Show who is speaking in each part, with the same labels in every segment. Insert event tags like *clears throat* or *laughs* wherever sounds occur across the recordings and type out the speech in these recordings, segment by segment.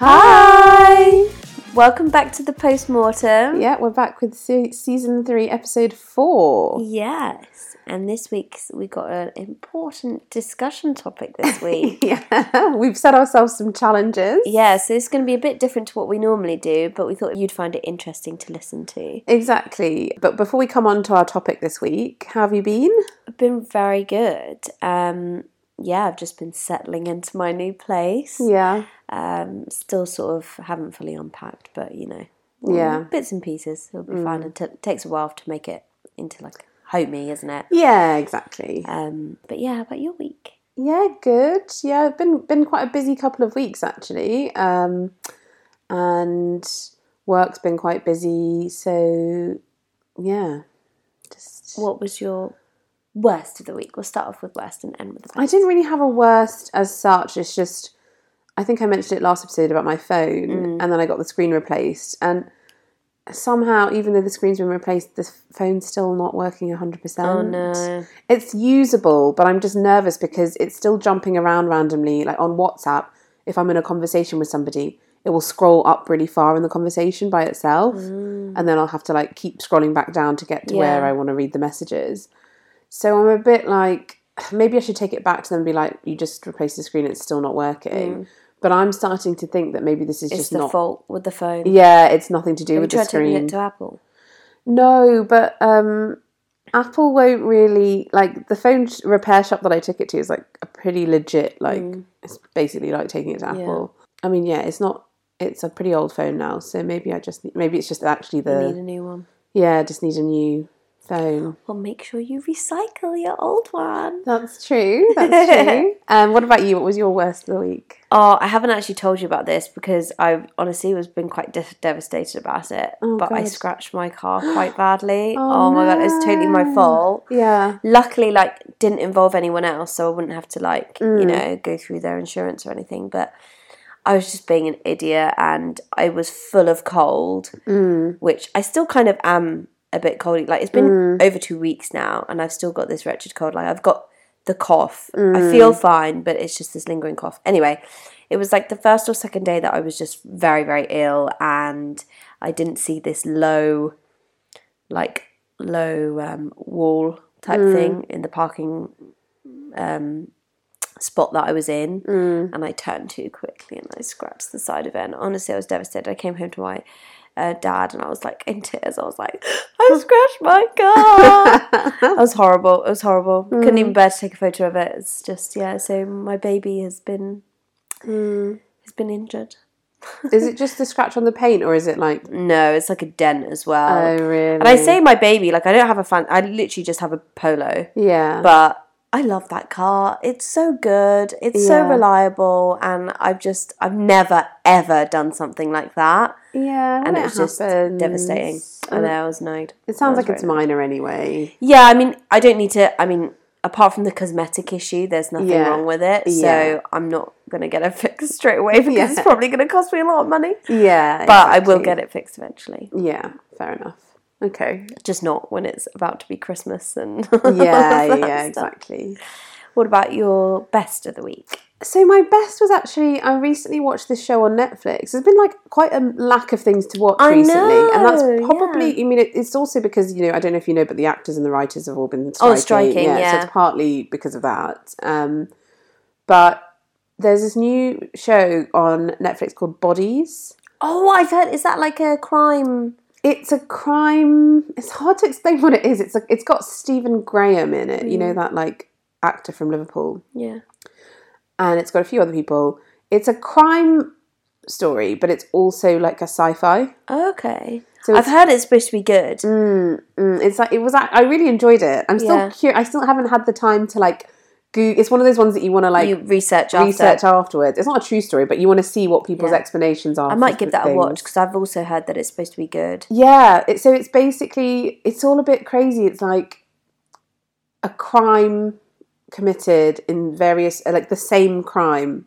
Speaker 1: Hi. Welcome back to the postmortem.
Speaker 2: Yeah, we're back with se- season three, episode four.
Speaker 1: Yes. And this week's we got an important discussion topic
Speaker 2: *laughs*
Speaker 1: this week.
Speaker 2: Yeah, *laughs* we've set ourselves some challenges.
Speaker 1: yeah, so it's going to be a bit different to what we normally do, but we thought you'd find it interesting to listen to.
Speaker 2: Exactly. But before we come on to our topic this week, how have you been?
Speaker 1: I've been very good. Um, yeah, I've just been settling into my new place.
Speaker 2: Yeah.
Speaker 1: Um, still sort of haven't fully unpacked, but you know,
Speaker 2: Yeah. Mm.
Speaker 1: bits and pieces. It'll be fine. It t- takes a while to make it into like homey, isn't it?
Speaker 2: Yeah, exactly.
Speaker 1: Um, but yeah, how about your week?
Speaker 2: Yeah, good. Yeah, it's been been quite a busy couple of weeks actually. Um, and work's been quite busy, so yeah. Just
Speaker 1: What was your worst of the week? We'll start off with worst and end with the best.
Speaker 2: I didn't really have a worst as such. It's just, I think I mentioned it last episode about my phone,
Speaker 1: Mm.
Speaker 2: and then I got the screen replaced. And somehow, even though the screen's been replaced, the phone's still not working 100%.
Speaker 1: Oh no.
Speaker 2: It's usable, but I'm just nervous because it's still jumping around randomly. Like on WhatsApp, if I'm in a conversation with somebody, it will scroll up really far in the conversation by itself, and then I'll have to like keep scrolling back down to get to where
Speaker 1: Mm. Yeah.
Speaker 2: I want to read the messages. So I'm a bit like, *sighs* maybe I should take it back to them and be like, you just replaced the screen, it's still not working. But I'm starting to think that maybe this is
Speaker 1: Mm. It's
Speaker 2: just
Speaker 1: the
Speaker 2: not.
Speaker 1: fault with the phone.
Speaker 2: Yeah, it's nothing to do
Speaker 1: we
Speaker 2: with the
Speaker 1: tried taking
Speaker 2: screen.
Speaker 1: it to Apple.
Speaker 2: No, but um, Apple won't really like the phone sh- repair shop that I took it to is like a pretty legit like
Speaker 1: Mm.
Speaker 2: it's basically like taking it to Apple. I mean, yeah, it's not. It's a pretty old phone now, so maybe I just need, maybe it's just actually
Speaker 1: You
Speaker 2: the
Speaker 1: need a new one.
Speaker 2: yeah, I just need a new phone.
Speaker 1: Well, make sure you recycle your old one.
Speaker 2: That's true.
Speaker 1: *laughs*
Speaker 2: That's true. um, what about you? What was your worst of the week?
Speaker 1: Oh, I haven't actually told you about this because I honestly was been quite de- devastated about it. but I
Speaker 2: God.
Speaker 1: scratched my car quite badly. *gasps* oh, my god, it's totally my
Speaker 2: no.
Speaker 1: fault.
Speaker 2: Yeah.
Speaker 1: luckily like didn't involve anyone else so i wouldn't have to like you know go through their insurance or anything but i was just being an idiot and i was full of cold which i still kind of am a bit cold like it's been over two weeks now and i've still got this wretched cold like i've got the cough i feel fine but it's just this lingering cough anyway it was like the first or second day that i was just very very ill and i didn't see this low like low um, wall type
Speaker 2: Mm.
Speaker 1: thing in the parking um, spot that I was in,
Speaker 2: Mm.
Speaker 1: and I turned too quickly and I scratched the side of it. And honestly, I was devastated. I came home to my uh, dad and I was like in tears. I was like, *gasps* I scratched my
Speaker 2: *laughs*
Speaker 1: car. that was horrible. It was horrible. Couldn't
Speaker 2: Mm.
Speaker 1: even bear to take a photo of it. It's just yeah. So my baby has been
Speaker 2: Mm.
Speaker 1: has been injured.
Speaker 2: Is it just the scratch on the paint, or is it like?
Speaker 1: No, it's like a dent as well.
Speaker 2: Oh, really?
Speaker 1: And I say my baby, like I don't have a fan. I literally just have a polo.
Speaker 2: yeah,
Speaker 1: But I love that car. It's so good. It's so
Speaker 2: Yeah.
Speaker 1: reliable, and I've just I've never ever done something like that,
Speaker 2: yeah,
Speaker 1: and
Speaker 2: when
Speaker 1: it was just
Speaker 2: happens.
Speaker 1: devastating. I know I was annoyed.
Speaker 2: It sounds
Speaker 1: I was
Speaker 2: like it's
Speaker 1: very
Speaker 2: minor anyway.
Speaker 1: annoyed. yeah. I mean, I don't need to. I mean, apart from the cosmetic issue, there's nothing
Speaker 2: Yeah.
Speaker 1: wrong with it. So
Speaker 2: Yeah.
Speaker 1: I'm not gonna get it *laughs* fixed straight away because
Speaker 2: *laughs* Yeah.
Speaker 1: it's probably gonna cost me a lot of money.
Speaker 2: *laughs* Yeah,
Speaker 1: But I will get it fixed eventually.
Speaker 2: Yeah, fair enough. Okay.
Speaker 1: *laughs* Just not when it's about to be Christmas and *laughs*
Speaker 2: Yeah,
Speaker 1: all of that
Speaker 2: yeah,
Speaker 1: stuff.
Speaker 2: exactly.
Speaker 1: What about your best of the week?
Speaker 2: So my best was actually I recently watched this show on Netflix. There's been like quite a lack of things to watch
Speaker 1: I
Speaker 2: recently, and that's
Speaker 1: know,
Speaker 2: probably. I mean, it, it's also because you know I don't know if you know, but the actors and the writers have all been striking.
Speaker 1: Oh, striking,
Speaker 2: so
Speaker 1: yeah.
Speaker 2: it's partly because of that. Um, but there's this new show on Netflix called Bodies.
Speaker 1: Oh, I've heard. Is that like a crime?
Speaker 2: it's a crime. It's hard to explain *laughs* what it is. It's like it's got Stephen Graham in it. You know
Speaker 1: Hmm.
Speaker 2: that like actor from Liverpool,
Speaker 1: Yeah.
Speaker 2: and it's got a few other people. It's a crime story, but it's also like a sci-fi.
Speaker 1: Okay.
Speaker 2: So
Speaker 1: I've heard it's supposed to be good.
Speaker 2: Mm, it's like it was. I I really enjoyed it. I'm still
Speaker 1: Yeah.
Speaker 2: curious. I still haven't had the time to like. Go- it's one of those ones that you want to like
Speaker 1: you research after.
Speaker 2: research afterwards. It's not a true story, but you want to see what people's
Speaker 1: Yeah.
Speaker 2: explanations are.
Speaker 1: I might give that a watch because I've also heard that it's supposed to be good.
Speaker 2: Yeah, it, so it's basically it's all a bit crazy. It's like a crime committed in various uh, like the same crime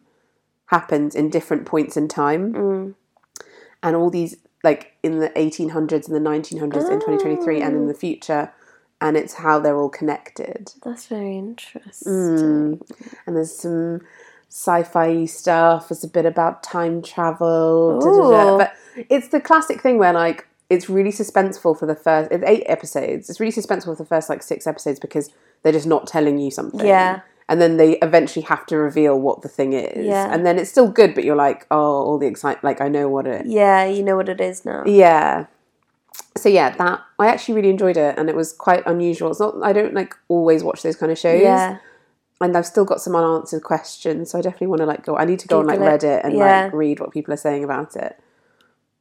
Speaker 2: happens in different points in time. And all these like in the 1800s and the 1900s in 2023 and in the future and it's how they're all connected.
Speaker 1: Mm. That's very interesting.
Speaker 2: And there's some sci-fi stuff. It's a bit about time travel. da, da, da.
Speaker 1: Ooh.
Speaker 2: But it's the classic thing where like it's really suspenseful for the first it's eight episodes. It's really suspenseful for the first like six episodes because they're just not telling you something.
Speaker 1: Yeah.
Speaker 2: And then they eventually have to reveal what the thing is.
Speaker 1: Yeah.
Speaker 2: And then it's still good, but you're like, oh, all the excitement. Like I know what it.
Speaker 1: Yeah, you know what it is now.
Speaker 2: Yeah. So yeah, that I actually really enjoyed it, and it was quite unusual. It's not I don't like always watch those kind of shows
Speaker 1: Yeah.
Speaker 2: and I've still got some unanswered questions, so I definitely want to like go. I need to go on like
Speaker 1: Google it.
Speaker 2: Reddit and
Speaker 1: Yeah.
Speaker 2: like read what people are saying about it.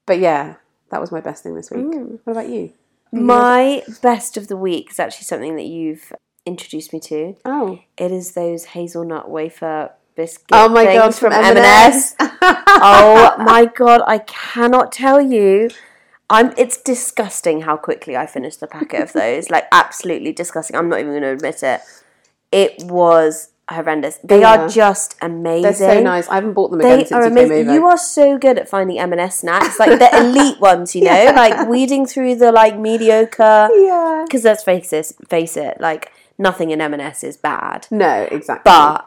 Speaker 2: But yeah, that was my best thing this week.
Speaker 1: Mm.
Speaker 2: What about you?
Speaker 1: My best of the week is actually something that you've introduced me to.
Speaker 2: Oh,
Speaker 1: It is those hazelnut wafer biscuit
Speaker 2: oh my
Speaker 1: things
Speaker 2: god,
Speaker 1: from M&S. oh my god, I cannot tell you. I'm it's disgusting how quickly I finished the packet of those. like absolutely disgusting. I'm not even going to admit it. It was horrendous. They
Speaker 2: Yeah.
Speaker 1: are just amazing.
Speaker 2: They're so nice. I haven't bought them again
Speaker 1: They
Speaker 2: since
Speaker 1: are
Speaker 2: you came
Speaker 1: amazing.
Speaker 2: over.
Speaker 1: You are so good at finding M&S snacks, like the elite
Speaker 2: *laughs*
Speaker 1: ones, you know,
Speaker 2: Yeah.
Speaker 1: like weeding through the like mediocre.
Speaker 2: yeah.
Speaker 1: Because let's face this, face it, like nothing in M&S is bad,
Speaker 2: No, exactly.
Speaker 1: but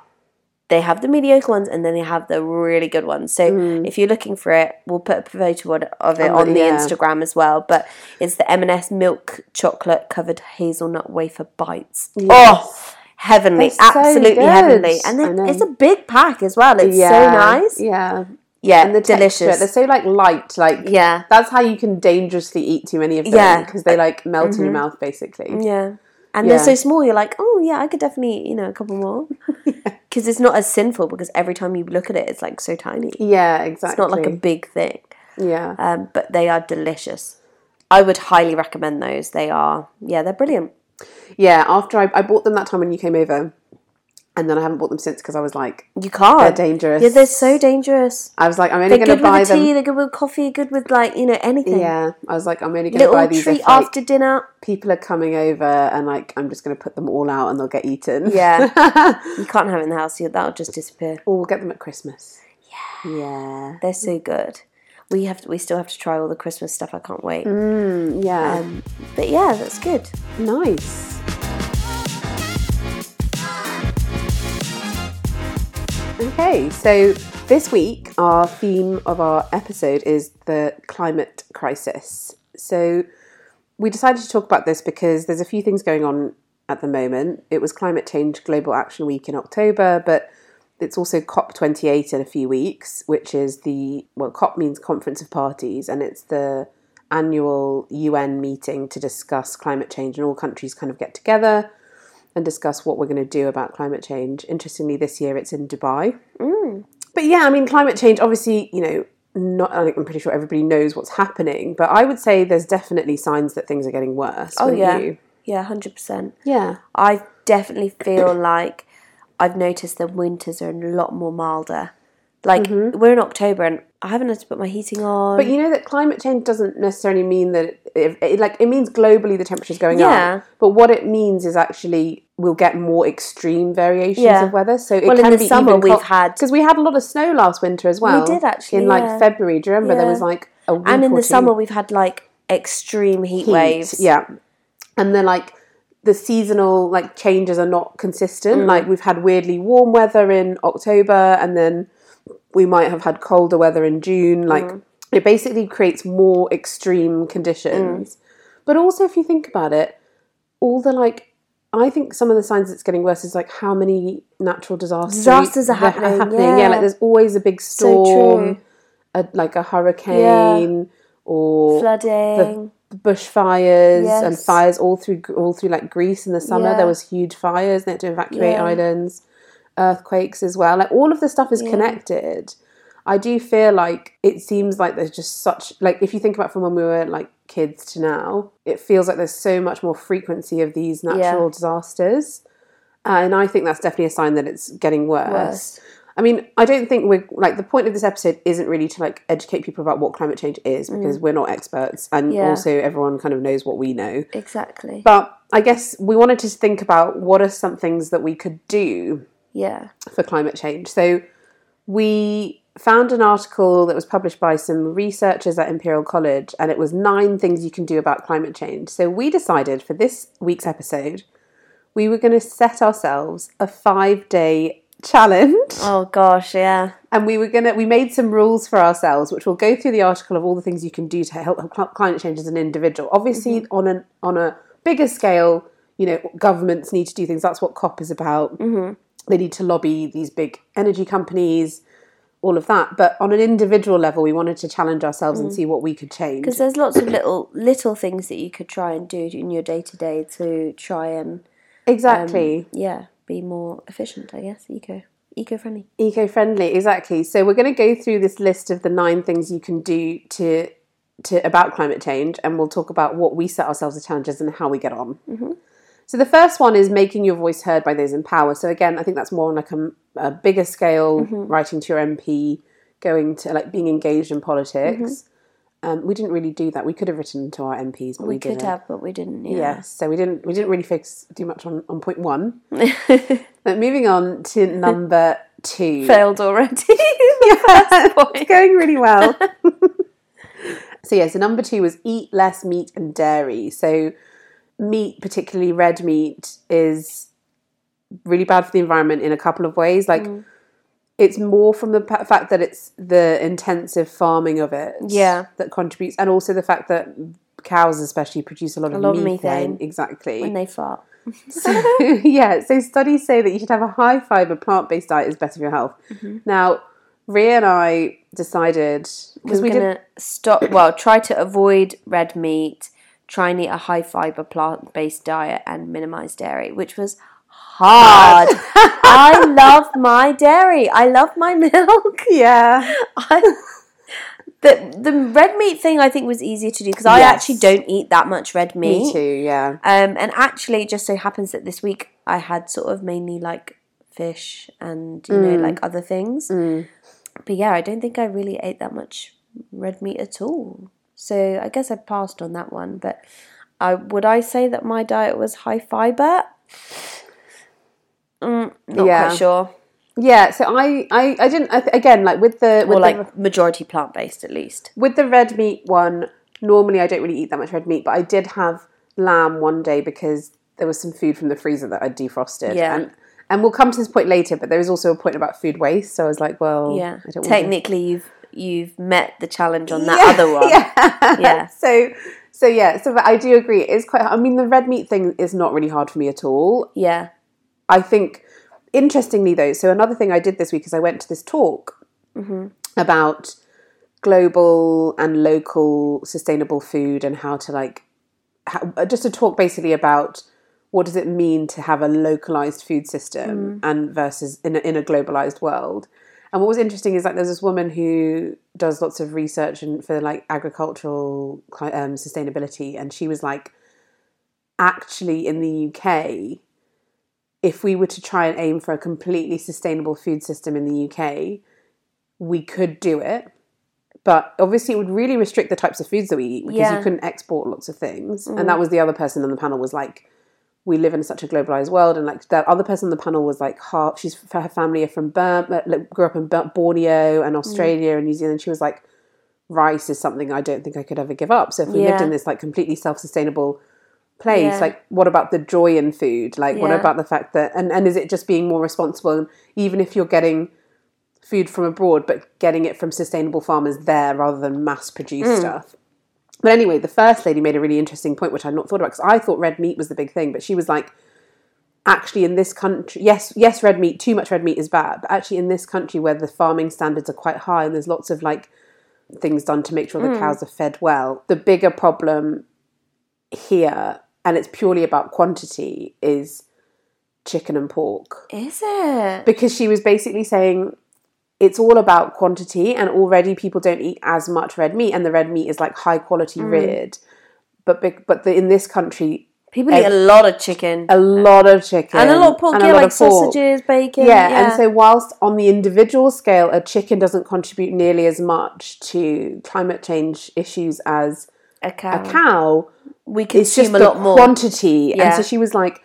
Speaker 1: they have the mediocre ones and then they have the really good ones. So if you're looking for it, we'll put a photo of- of it
Speaker 2: Oh,
Speaker 1: on the
Speaker 2: Mm. yeah.
Speaker 1: Instagram as well. But it's the M&S milk chocolate covered hazelnut wafer bites. Oh, heavenly,
Speaker 2: They're so
Speaker 1: absolutely
Speaker 2: good.
Speaker 1: heavenly, and
Speaker 2: I
Speaker 1: then
Speaker 2: know.
Speaker 1: it's a big pack as well. It's
Speaker 2: yeah,
Speaker 1: so nice.
Speaker 2: Yeah,
Speaker 1: Yeah,
Speaker 2: and the
Speaker 1: delicious.
Speaker 2: Texture, they're so like light. Like
Speaker 1: yeah,
Speaker 2: that's how you can dangerously eat too many of them.
Speaker 1: Yeah. Mm-hmm.
Speaker 2: because they like melt in your mouth basically.
Speaker 1: yeah. And
Speaker 2: Yeah.
Speaker 1: they're so small. You're like, oh yeah, I could definitely, eat, you know, a couple
Speaker 2: *laughs*
Speaker 1: more. Because it's not as sinful. Because every time you look at it, it's like so tiny.
Speaker 2: Yeah, exactly.
Speaker 1: It's not like a big thing.
Speaker 2: yeah.
Speaker 1: Um, but they are delicious. I would highly recommend those. They are, yeah, they're brilliant.
Speaker 2: Yeah, after I, I bought them that time when you came over, and then I haven't bought them since because I was like,
Speaker 1: You can't.
Speaker 2: they're dangerous.
Speaker 1: Yeah, they're so dangerous.
Speaker 2: I was like, I'm only
Speaker 1: They're
Speaker 2: going
Speaker 1: good
Speaker 2: to buy
Speaker 1: with a tea.
Speaker 2: them.
Speaker 1: They're good with coffee. Good with like you know anything.
Speaker 2: Yeah, I was like, I'm only going to
Speaker 1: Little
Speaker 2: buy these
Speaker 1: treat
Speaker 2: if like,
Speaker 1: after dinner.
Speaker 2: people are coming over, and like I'm just going to put them all out, and they'll get eaten.
Speaker 1: Yeah. *laughs* You can't have it in the house. you- That'll just disappear.
Speaker 2: *laughs* or we'll get them at Christmas. Yeah, yeah,
Speaker 1: They're so good. We have. we still have to try all the Christmas stuff. I can't wait.
Speaker 2: Mm, yeah.
Speaker 1: Um, but yeah, that's good.
Speaker 2: nice. Okay, so this week our theme of our episode is the climate crisis. So we decided to talk about this because there's a few things going on at the moment. It was Climate Change Global Action Week in October, but it's also COP28 in a few weeks, which is the, well, COP means Conference of Parties, and it's the annual UN meeting to discuss climate change, and all countries kind of get together and discuss what we're going to do about climate change. Interestingly, this year it's in Dubai.
Speaker 1: Mm.
Speaker 2: But yeah, I mean, climate change, obviously, you know, not, I'm pretty sure everybody knows what's happening, but I would say there's definitely signs that things are getting worse.
Speaker 1: Oh
Speaker 2: wouldn't
Speaker 1: yeah,
Speaker 2: you?
Speaker 1: yeah, hundred percent.
Speaker 2: Yeah.
Speaker 1: I definitely
Speaker 2: *coughs*
Speaker 1: feel like I've noticed that winters are a lot more milder. Like we're in October and I haven't had to put my heating on.
Speaker 2: Mm-hmm. But you know that climate change doesn't necessarily mean that it, it, it- like it means globally the temperature's going
Speaker 1: Yeah.
Speaker 2: up. But what it means is actually we'll get more extreme variations
Speaker 1: Yeah.
Speaker 2: of weather. So it
Speaker 1: Well, in
Speaker 2: can
Speaker 1: the
Speaker 2: be
Speaker 1: summer
Speaker 2: even
Speaker 1: we've had-
Speaker 2: because we had a lot of snow last winter as well.
Speaker 1: did actually,
Speaker 2: in like
Speaker 1: yeah.
Speaker 2: February. Do you remember there
Speaker 1: Yeah.
Speaker 2: was like a week
Speaker 1: and in
Speaker 2: or
Speaker 1: the
Speaker 2: two
Speaker 1: summer we've had like extreme heat,
Speaker 2: heat.
Speaker 1: waves.
Speaker 2: Yeah, and then like the seasonal like changes are not consistent.
Speaker 1: Mm.
Speaker 2: Like we've had weirdly warm weather in October, and then we might have had colder weather in
Speaker 1: Mm.
Speaker 2: June. Like it basically creates more extreme
Speaker 1: Mm.
Speaker 2: conditions. But also, if you think about it, all the like. I think some of the signs it's getting worse is like how many natural disasters
Speaker 1: Disasters are
Speaker 2: that
Speaker 1: happening,
Speaker 2: Yeah.
Speaker 1: yeah.
Speaker 2: like there's always a big
Speaker 1: So
Speaker 2: storm,
Speaker 1: true.
Speaker 2: a, like a hurricane or
Speaker 1: Flooding.
Speaker 2: bushfires and
Speaker 1: Yes.
Speaker 2: fires all through all through like Greece in the summer.
Speaker 1: Yeah.
Speaker 2: There was huge fires. They had to evacuate
Speaker 1: Yeah.
Speaker 2: islands, earthquakes as well. Like all of the stuff is connected. I do feel like it seems like there's just such like if you think about from when we were like kids to now, it feels like there's so much more frequency of these natural disasters. Uh, and I think that's definitely a sign that it's getting worse.
Speaker 1: Worse.
Speaker 2: I mean, I don't think we're like the point of this episode isn't really to like educate people about what climate change is because we're not experts and
Speaker 1: Yeah.
Speaker 2: also everyone kind of knows what we know.
Speaker 1: exactly.
Speaker 2: But I guess we wanted to think about what are some things that we could do
Speaker 1: yeah.
Speaker 2: for climate change. So we found an article that was published by some researchers at Imperial College and it was nine things you can do about climate change. So we decided for this week's episode we were going to set ourselves a 5-day challenge.
Speaker 1: Oh gosh, yeah.
Speaker 2: and we were gonna we made some rules for ourselves which we'll go through the article of all the things you can do to help cl- climate change as an individual obviously on an on a bigger scale you know governments need to do things that's what cop is about they need to lobby these big energy companies all of that but on an individual level we wanted to challenge ourselves and see what we could change
Speaker 1: Because there's
Speaker 2: *coughs*
Speaker 1: lots of little little things that you could try and do in your day to day to try and
Speaker 2: exactly
Speaker 1: yeah be more efficient. I guess eco eco friendly.
Speaker 2: eco-friendly exactly so we're going to go through this list of the nine things you can do to to about climate change and we'll talk about what we set ourselves as challenges and how we get on
Speaker 1: Mm-hmm.
Speaker 2: so the first one is making your voice heard by those in power so again i think that's more on like a, a bigger scale
Speaker 1: Mm-hmm.
Speaker 2: writing to your mp going to like being engaged in politics um, we didn't really do that we could have written to our mps but we,
Speaker 1: Mm-hmm. We could
Speaker 2: didn't
Speaker 1: have, but we didn't.
Speaker 2: yeah
Speaker 1: Yeah.
Speaker 2: so we didn't we didn't really focus too much on, on point one but moving on to number
Speaker 1: *laughs*
Speaker 2: two
Speaker 1: Failed already. *laughs*
Speaker 2: *laughs* it's going really well. so yeah, so number two was eat less meat and dairy. So meat, particularly red meat, is really bad for the environment in a couple of ways. Like
Speaker 1: Mm.
Speaker 2: it's more from the pa- fact that it's the intensive farming of it,
Speaker 1: Yeah.
Speaker 2: that contributes, and also the fact that cows especially produce a lot of
Speaker 1: lot of
Speaker 2: methane.
Speaker 1: methane.
Speaker 2: Exactly.
Speaker 1: when they fart.
Speaker 2: So, *laughs* yeah, so studies say that you should have a high fiber plant based diet is better for your health.
Speaker 1: Mm-hmm.
Speaker 2: Now, Rhea and I decided
Speaker 1: We're
Speaker 2: because we did
Speaker 1: gonna stop. Well, try to avoid red meat. Try and eat a high fiber plant based diet and minimize dairy, which was
Speaker 2: *laughs*
Speaker 1: hard. I love my dairy. I love my *laughs* milk.
Speaker 2: *laughs* yeah,
Speaker 1: I, the the red meat thing I think was easier to do because I
Speaker 2: Yes.
Speaker 1: actually don't eat that much red meat.
Speaker 2: me too, yeah.
Speaker 1: Um, and actually, it just so happens that this week I had sort of mainly like fish and you
Speaker 2: Mm.
Speaker 1: know like other things. But yeah, I don't think I really ate that much red meat at all. So I guess I passed on that one. But I would I say that my diet was high fiber. Mm, not
Speaker 2: Yeah.
Speaker 1: quite sure.
Speaker 2: Yeah, so I I, I didn't I th- again like with the with
Speaker 1: Or
Speaker 2: the,
Speaker 1: like majority plant based at least.
Speaker 2: with the red meat one, normally I don't really eat that much red meat, but I did have lamb one day because there was some food from the freezer that I defrosted.
Speaker 1: Yeah.
Speaker 2: And, and we'll come to this point later, but there is also a point about food waste. So I was like, well,
Speaker 1: Yeah.
Speaker 2: I don't want to
Speaker 1: Technically, you've you've met the challenge on that
Speaker 2: Yeah,
Speaker 1: other one.
Speaker 2: *laughs* Yeah.
Speaker 1: Yeah.
Speaker 2: So so yeah, so but I do agree. It is quite I mean the red meat thing is not really hard for me at all.
Speaker 1: Yeah.
Speaker 2: I think interestingly though, so another thing I did this week is I went to this talk about global and local sustainable food and how to like how, just a talk basically about what does it mean to have a localized food system and versus in a, in a globalized world and what was interesting is like there's this woman who does lots of research and for like agricultural cli- um, sustainability and she was like actually in the uk if we were to try and aim for a completely sustainable food system in the uk we could do it but obviously it would really restrict the types of foods that we eat because you
Speaker 1: Yeah.
Speaker 2: couldn't export lots of things and that was the other person on the panel was like we live in such a globalized world and like that other person on the panel was like half she's her family are from Burma like, grew up in Bur- Borneo
Speaker 1: Mm.
Speaker 2: and Australia and New Zealand she was like rice is something I don't think I could ever give up so if we lived
Speaker 1: Yeah.
Speaker 2: in this like completely self-sustainable place
Speaker 1: Yeah.
Speaker 2: like what about the joy in food like what
Speaker 1: Yeah.
Speaker 2: about the fact that and and is it just being more responsible and even if you're getting food from abroad but getting it from sustainable farmers there rather than mass produced stuff but anyway, the first lady made a really interesting point, which I'd not thought about because I thought red meat was the big thing, but she was like, actually, in this country, yes, yes, red meat, too much red meat is bad, but actually, in this country where the farming standards are quite high and there's lots of like things done to make sure the cows are fed well, the bigger problem here, and it's purely about quantity, is chicken and pork
Speaker 1: Is it?
Speaker 2: because she was basically saying it's all about quantity and already people don't eat as much red meat and the red meat is like high quality
Speaker 1: Mm.
Speaker 2: reared but big, but the, in this country
Speaker 1: People eat a lot of chicken
Speaker 2: a lot of chicken
Speaker 1: and a lot of pork, yeah,
Speaker 2: lot
Speaker 1: like
Speaker 2: of pork.
Speaker 1: sausages, bacon.
Speaker 2: yeah, and so whilst on the individual scale a chicken doesn't contribute nearly as much to climate change issues as
Speaker 1: a cow.
Speaker 2: a cow
Speaker 1: we
Speaker 2: it's just
Speaker 1: consume a
Speaker 2: the
Speaker 1: lot more.
Speaker 2: quantity. And
Speaker 1: Yeah.
Speaker 2: so she was like,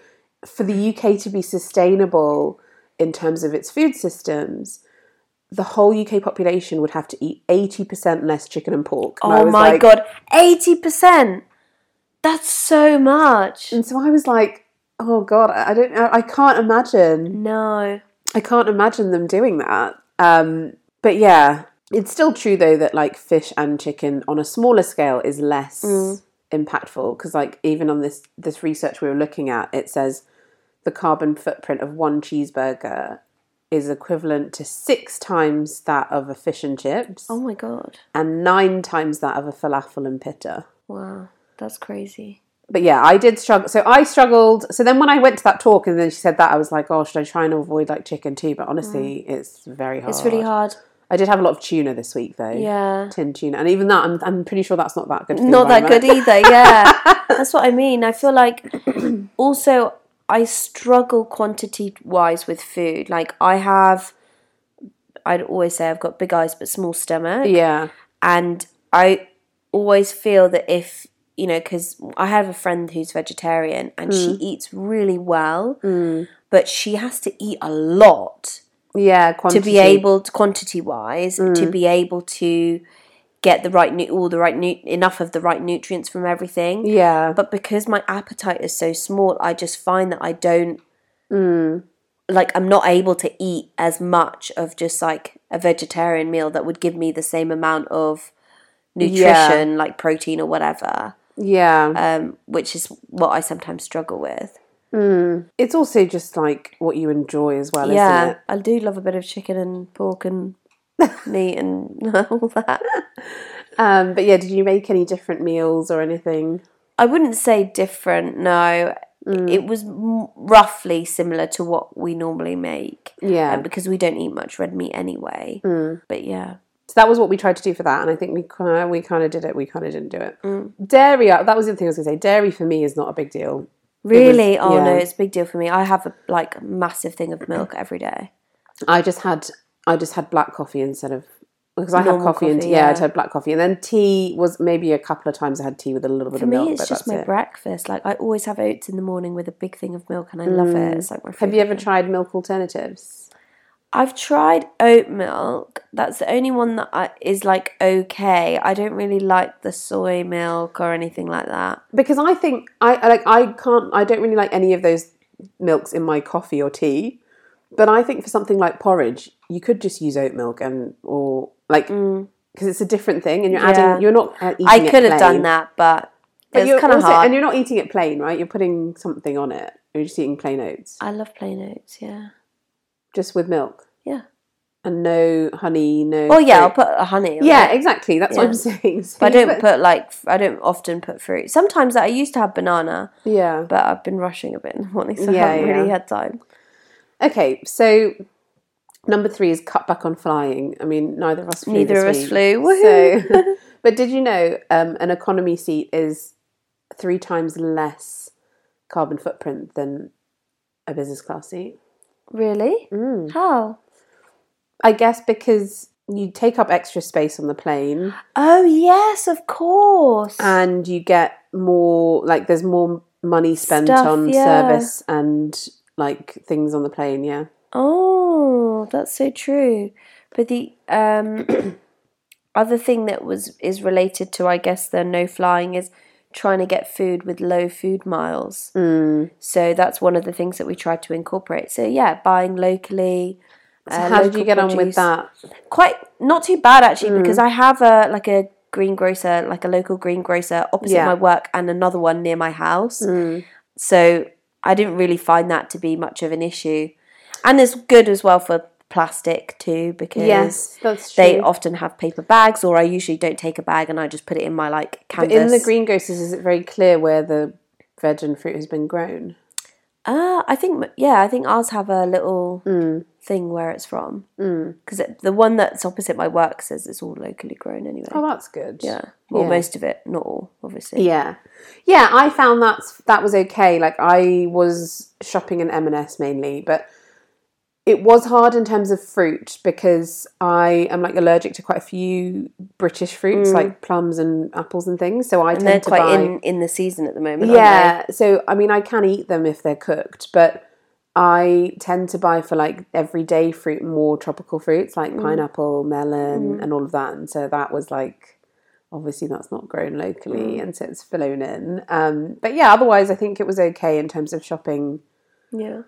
Speaker 2: for the UK to be sustainable in terms of its food systems, the whole UK population would have to eat 80% less chicken and pork. And I
Speaker 1: oh
Speaker 2: was
Speaker 1: my
Speaker 2: like-
Speaker 1: god, eighty percent. That's so much.
Speaker 2: Mm. And so I was like, oh God, I I don't know. I can't imagine.
Speaker 1: No,
Speaker 2: I can't imagine them doing that. Um, but yeah, it's still true though that like fish and chicken on a smaller scale is less
Speaker 1: Mm.
Speaker 2: impactful because like even on this this research we were looking at, it says the carbon footprint of one cheeseburger is equivalent to six times that of a fish and chips
Speaker 1: Oh my god!
Speaker 2: and nine times that of a falafel and pitta.
Speaker 1: Wow, that's crazy.
Speaker 2: But yeah, I did struggle. So I struggled. So then when I went to that talk and then she said that, I was like, oh, should I try and avoid like chicken too? But honestly, it's very hard.
Speaker 1: Mm. It's really hard.
Speaker 2: I did have a lot of tuna this week though.
Speaker 1: Yeah.
Speaker 2: Tin tuna. And even that, I'm, I'm pretty sure that's not that good. For the
Speaker 1: Not that
Speaker 2: environment.
Speaker 1: good either.
Speaker 2: *laughs*
Speaker 1: Yeah, that's what I mean. I feel like also I struggle quantity wise with food. Like I have, I'd always say I've got big eyes but small stomach.
Speaker 2: Yeah.
Speaker 1: and I always feel that if you know, because I have a friend who's vegetarian and she eats really well, but she has to eat a lot
Speaker 2: Yeah.
Speaker 1: to
Speaker 2: Quantity.
Speaker 1: be able to quantity wise to be able to get the right nu- all the right nu- enough of the right nutrients from everything.
Speaker 2: Yeah.
Speaker 1: But because my appetite is so small, I just find that I don't Mm. like I'm not able to eat as much of just like a vegetarian meal that would give me the same amount of nutrition, like protein or whatever,
Speaker 2: yeah.
Speaker 1: um, which is what I sometimes struggle with.
Speaker 2: it's also just like what you enjoy as well, isn't
Speaker 1: yeah,
Speaker 2: it?
Speaker 1: I do love a bit of chicken and pork *laughs* and meat and *laughs* all that.
Speaker 2: Um, but yeah, did you make any different meals or anything?
Speaker 1: I wouldn't say different. No, it was m- roughly similar to what we normally make.
Speaker 2: Yeah.
Speaker 1: um, because we don't eat much red meat anyway. But yeah,
Speaker 2: So that was what we tried to do for that, and I think we kind of we kind of did it. We kind of didn't do it.
Speaker 1: Mm.
Speaker 2: Dairy, uh, that was the other thing I was going to say. Dairy for me is not a big deal.
Speaker 1: really, oh no,
Speaker 2: yeah.
Speaker 1: it's a big deal for me. I have a like massive thing of *clears throat* milk every day.
Speaker 2: I just had I just had black coffee instead of because I have
Speaker 1: Normal
Speaker 2: coffee, and
Speaker 1: coffee,
Speaker 2: tea. Yeah, I
Speaker 1: yeah.
Speaker 2: had black coffee, and then tea was maybe a couple of times I had tea with a little bit
Speaker 1: For
Speaker 2: of
Speaker 1: me,
Speaker 2: milk.
Speaker 1: it's
Speaker 2: but
Speaker 1: just
Speaker 2: that's
Speaker 1: my
Speaker 2: it.
Speaker 1: breakfast. Like I always have oats in the morning with a big thing of milk, and I love it. It's like my.
Speaker 2: Have you ever tried milk alternatives?
Speaker 1: I've tried oat milk. That's the only one that I, is like okay. I don't really like the soy milk or anything like that.
Speaker 2: Because I think I I like I can't I don't really like any of those milks in my coffee or tea. But I think for something like porridge, you could just use oat milk and or like because it's a different thing, and you're
Speaker 1: Mm. Yeah.
Speaker 2: adding you're not uh, eating
Speaker 1: I
Speaker 2: it
Speaker 1: could have
Speaker 2: plain.
Speaker 1: done that, but,
Speaker 2: But
Speaker 1: it's
Speaker 2: you're
Speaker 1: kind of
Speaker 2: also-
Speaker 1: hard.
Speaker 2: and you're not eating it plain, right? You're putting something on it. You're just eating plain oats,
Speaker 1: I love plain oats. Yeah,
Speaker 2: just with milk.
Speaker 1: yeah.
Speaker 2: and no honey, no.
Speaker 1: Oh yeah, I'll
Speaker 2: fruit.
Speaker 1: put a honey. on it.
Speaker 2: yeah, exactly. That's what
Speaker 1: Yeah.
Speaker 2: I'm *laughs* saying. So
Speaker 1: But I
Speaker 2: you
Speaker 1: don't put like f- I don't often put fruit. Sometimes I used to have banana,
Speaker 2: Yeah.
Speaker 1: but I've been rushing a bit in the morning, so
Speaker 2: Yeah,
Speaker 1: I haven't
Speaker 2: yeah.
Speaker 1: really had time.
Speaker 2: Okay, so number three is cut back on flying. I mean, neither of us flew.
Speaker 1: Neither
Speaker 2: this
Speaker 1: of us
Speaker 2: week.
Speaker 1: flew. Woohoo! *laughs*
Speaker 2: So, *laughs* but did you know um, an economy seat is three times less carbon footprint than a business class seat?
Speaker 1: Really? How?
Speaker 2: I guess because you take up extra space on the plane.
Speaker 1: Oh yes, of course.
Speaker 2: and you get more like there's more money spent
Speaker 1: Stuff,
Speaker 2: on
Speaker 1: yeah.
Speaker 2: service and like things on the plane yeah
Speaker 1: oh, that's so true. But the um, *clears throat* other thing that was is related to, I guess, the no flying is trying to get food with low food miles.
Speaker 2: Mm.
Speaker 1: So that's one of the things that we tried to incorporate. So yeah, buying locally.
Speaker 2: so
Speaker 1: Uh,
Speaker 2: how did you get on with that
Speaker 1: quite not too bad actually
Speaker 2: Mm.
Speaker 1: because I have a like a greengrocer, like a local greengrocer opposite
Speaker 2: Yeah. Mm.
Speaker 1: my work and another one near my house. So I didn't really find that to be much of an issue. And it's good as well for plastic too because
Speaker 2: yes that's true
Speaker 1: they often have paper bags or I usually don't take a bag and I just put it in my like
Speaker 2: but
Speaker 1: canvas.
Speaker 2: in the green grocers is it very clear where the veg and fruit has been grown
Speaker 1: Uh, I think m- yeah, I think ours have a little
Speaker 2: Mm.
Speaker 1: thing where it's from because the one that's opposite my work says it's all locally grown anyway.
Speaker 2: oh that's good
Speaker 1: Yeah. Well,
Speaker 2: Yeah.
Speaker 1: most of it, not all, obviously.
Speaker 2: yeah yeah i found that that was okay like i was shopping in m&s mainly but it was hard in terms of fruit because i am like allergic to quite a few british fruits like plums and apples and things so i
Speaker 1: Mm. And they're
Speaker 2: tend to
Speaker 1: quite
Speaker 2: buy
Speaker 1: in, in the season at the moment. Aren't
Speaker 2: yeah so i mean i can eat them if they're cooked but i tend to buy for like everyday fruit more tropical fruits like
Speaker 1: Mm.
Speaker 2: pineapple melon and all of that and so that was like obviously that's not grown locally
Speaker 1: Mm.
Speaker 2: and so it's flown in um, but yeah otherwise i think it was okay in terms of shopping
Speaker 1: they? yeah.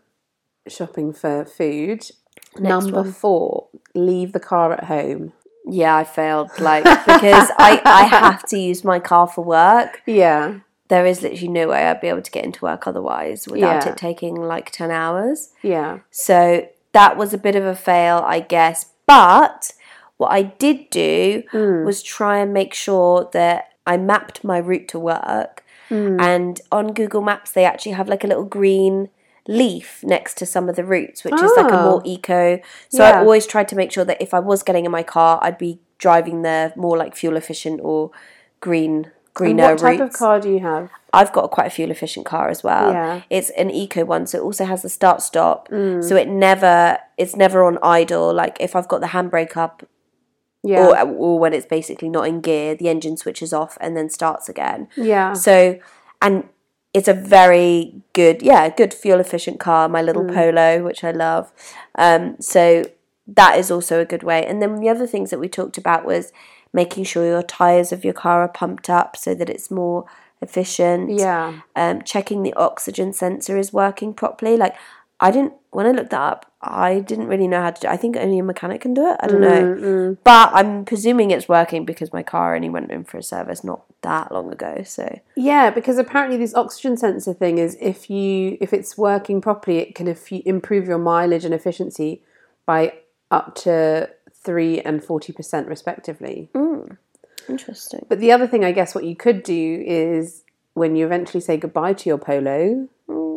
Speaker 2: shopping for food
Speaker 1: Next
Speaker 2: Number
Speaker 1: one.
Speaker 2: four, leave the car at home.
Speaker 1: Yeah, I *laughs* failed. Like because I I have to use my car for work.
Speaker 2: Yeah,
Speaker 1: There is literally no way I'd be able to get into work otherwise without
Speaker 2: Yeah.
Speaker 1: it taking like ten hours.
Speaker 2: yeah.
Speaker 1: So that was a bit of a fail, I guess. But what I did do
Speaker 2: Mm.
Speaker 1: was try and make sure that I mapped my route to work.
Speaker 2: Mm.
Speaker 1: And on Google Maps, they actually have like a little green leaf next to some of the routes, which is like a
Speaker 2: Oh.
Speaker 1: more eco. So
Speaker 2: Yeah.
Speaker 1: I always tried to make sure that if I was getting in my car, I'd be driving the more like fuel efficient or green
Speaker 2: And
Speaker 1: greener
Speaker 2: what type of
Speaker 1: routes.
Speaker 2: car do you have?
Speaker 1: I've got quite a fuel efficient car as well.
Speaker 2: Yeah. Mm.
Speaker 1: It's an eco one, so it also has the start stop. So it never it's never on idle. Like if I've got the handbrake up
Speaker 2: Yeah,
Speaker 1: or or when it's basically not in gear, the engine switches off and then starts again.
Speaker 2: yeah.
Speaker 1: So, and it's a very good, yeah, good fuel efficient car, my little
Speaker 2: Mm.
Speaker 1: Polo, which I love. Um, so, that is also a good way. And then the other things that we talked about was making sure your tyres of your car are pumped up so that it's more efficient.
Speaker 2: yeah,
Speaker 1: Um, checking the oxygen sensor is working properly. Like, I didn't, when I looked that up, I didn't really know how to do I think only a mechanic can do it. I don't
Speaker 2: Mm,
Speaker 1: know. But I'm presuming it's working because my car only went in for a service not that long ago. So,
Speaker 2: yeah. Because apparently, this oxygen sensor thing is if you if it's working properly, it can if improve your mileage and efficiency by up to three and forty percent respectively.
Speaker 1: Mm. Interesting.
Speaker 2: But the other thing, I guess, what you could do is when you eventually say goodbye to your polo,
Speaker 1: Mm.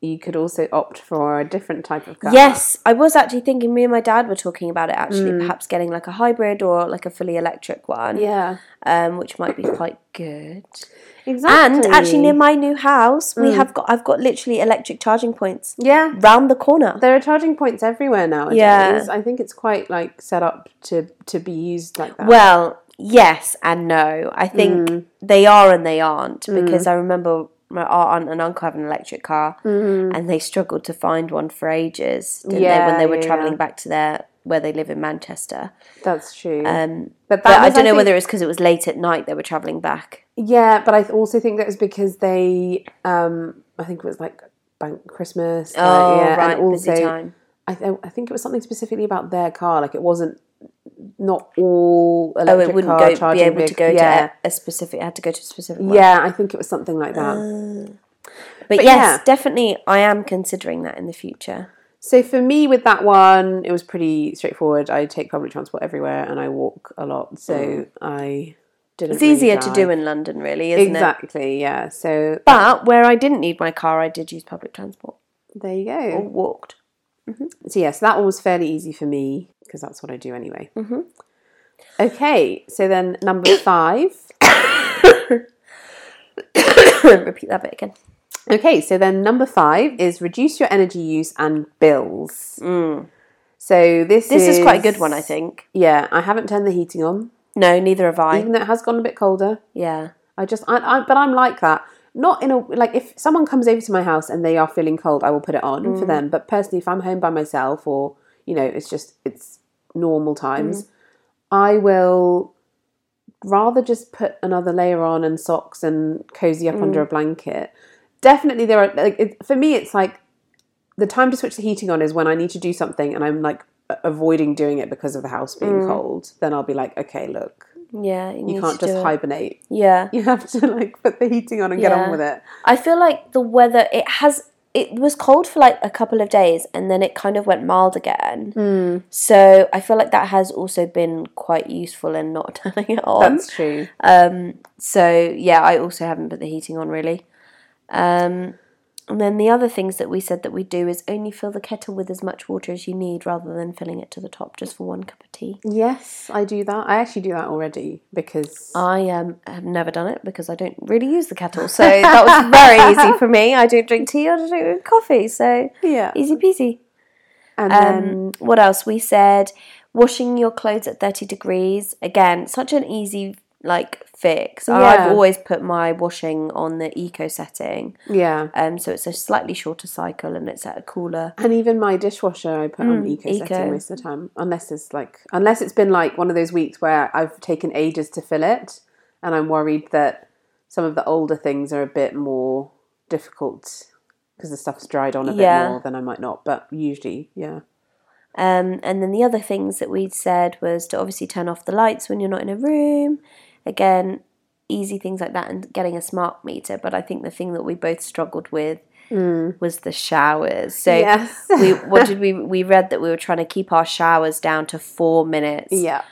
Speaker 2: you could also opt for a different type of car.
Speaker 1: Yes, I was actually thinking. Me and my dad were talking about it actually, perhaps getting like a hybrid or like a fully electric one,
Speaker 2: Mm. Yeah.
Speaker 1: um, which might be quite good.
Speaker 2: Exactly. Mm.
Speaker 1: And actually, near my new house, we have got I've got literally electric charging points
Speaker 2: yeah,
Speaker 1: round the corner.
Speaker 2: there are charging points everywhere nowadays.
Speaker 1: Yeah.
Speaker 2: I think it's quite like set up to to be used like that.
Speaker 1: Well, yes and no. I think
Speaker 2: Mm.
Speaker 1: they are and they aren't because I remember my our aunt and uncle have an electric car
Speaker 2: Mm-hmm.
Speaker 1: and they struggled to find one for ages. Didn't they, when
Speaker 2: Yeah,
Speaker 1: they were
Speaker 2: yeah,
Speaker 1: travelling
Speaker 2: yeah.
Speaker 1: back to their where they live in Manchester.
Speaker 2: That's true.
Speaker 1: Um,
Speaker 2: but
Speaker 1: But
Speaker 2: that
Speaker 1: I
Speaker 2: was,
Speaker 1: don't know
Speaker 2: think-
Speaker 1: whether it's because it was late at night they were travelling back.
Speaker 2: Yeah, but I th- also think that was because they, um, I think it was like bank Christmas. uh, yeah, and
Speaker 1: Oh, busy
Speaker 2: also-
Speaker 1: time.
Speaker 2: I, th- I think it was something specifically about their car. Like it wasn't not all
Speaker 1: Oh,
Speaker 2: electric
Speaker 1: it wouldn't
Speaker 2: car
Speaker 1: go, be
Speaker 2: charging
Speaker 1: able to
Speaker 2: vehicle-
Speaker 1: go
Speaker 2: yeah.
Speaker 1: to a, a specific. Had to go to a specific. One.
Speaker 2: Yeah, I think it was something like that.
Speaker 1: Uh. but,
Speaker 2: but
Speaker 1: yes,
Speaker 2: yeah.
Speaker 1: definitely, I am considering that in the future.
Speaker 2: so for me, with that one, it was pretty straightforward. I take public transport everywhere and I walk a lot, so I didn't.
Speaker 1: Mm. It's easier to do in London, really, isn't it?
Speaker 2: exactly. Yeah. So
Speaker 1: But where I didn't need my car, I did use public transport *coughs*
Speaker 2: there you go.
Speaker 1: or walked. *coughs*
Speaker 2: So yes, that one was fairly easy for me because that's what I do anyway.
Speaker 1: Mm-hmm.
Speaker 2: Okay, so then number *coughs* five.
Speaker 1: Repeat that bit again.
Speaker 2: Okay, so then number five is reduce your energy use and bills. So this
Speaker 1: Mm. This is quite a good one, I think.
Speaker 2: Yeah, I haven't turned the heating on,
Speaker 1: No, neither have I.
Speaker 2: even though it has gone a bit colder.
Speaker 1: Yeah.
Speaker 2: I just, I, I, but I'm like that. Not in a like if someone comes over to my house and they are feeling cold, I will put it on for
Speaker 1: Mm.
Speaker 2: them. But personally, if I'm home by myself or you know, it's just it's normal times,
Speaker 1: Mm.
Speaker 2: I will rather just put another layer on and socks and cozy up
Speaker 1: Mm.
Speaker 2: under a blanket. Definitely, there are like it, for me, it's like the time to switch the heating on is when I need to do something and I'm like a- avoiding doing it because of the house being cold. Then I'll be like, okay, look,
Speaker 1: Yeah. You,
Speaker 2: you
Speaker 1: Mm. need
Speaker 2: can't
Speaker 1: to do
Speaker 2: just
Speaker 1: it.
Speaker 2: hibernate
Speaker 1: Yeah.
Speaker 2: *laughs* you have to like put the heating on and get
Speaker 1: Yeah.
Speaker 2: on with it.
Speaker 1: I feel like the weather it has it was cold for like a couple of days and then it kind of went mild again.
Speaker 2: Hmm.
Speaker 1: So I feel like that has also been quite useful in not *laughs* turning it on.
Speaker 2: That's true.
Speaker 1: so yeah, I also haven't put the heating on really. Um, and then the other things that we said that we do is only fill the kettle with as much water as you need rather than filling it to the top just for one cup of tea.
Speaker 2: Yes, I do that. I actually do that already because
Speaker 1: I um, have never done it because I don't really use the kettle. So that was
Speaker 2: *laughs*
Speaker 1: very easy for me. I don't drink tea, I don't drink coffee. So
Speaker 2: yeah.
Speaker 1: Easy peasy.
Speaker 2: And then
Speaker 1: Um, what else? We said washing your clothes at 30 degrees. Again, such an easy like fix. And I've
Speaker 2: Yeah.
Speaker 1: always put my washing on the eco setting.
Speaker 2: yeah,
Speaker 1: Um, so it's a slightly shorter cycle and it's at a cooler.
Speaker 2: and even my dishwasher, I put on eco,
Speaker 1: Mm, eco.
Speaker 2: setting most of the time, unless it's like unless it's been like one of those weeks where I've taken ages to fill it, and I'm worried that some of the older things are a bit more difficult because the stuff's dried on a
Speaker 1: Yeah.
Speaker 2: bit more. Then I might not, but usually, yeah.
Speaker 1: Um, and then the other things that we'd said was to obviously turn off the lights when you're not in a room. Again, easy things like that, and getting a smart meter. But I think the thing that we both struggled with was the showers. So
Speaker 2: Yes. *laughs*
Speaker 1: we what did we we read that we were trying to keep our showers down to four minutes. *laughs*
Speaker 2: Yeah.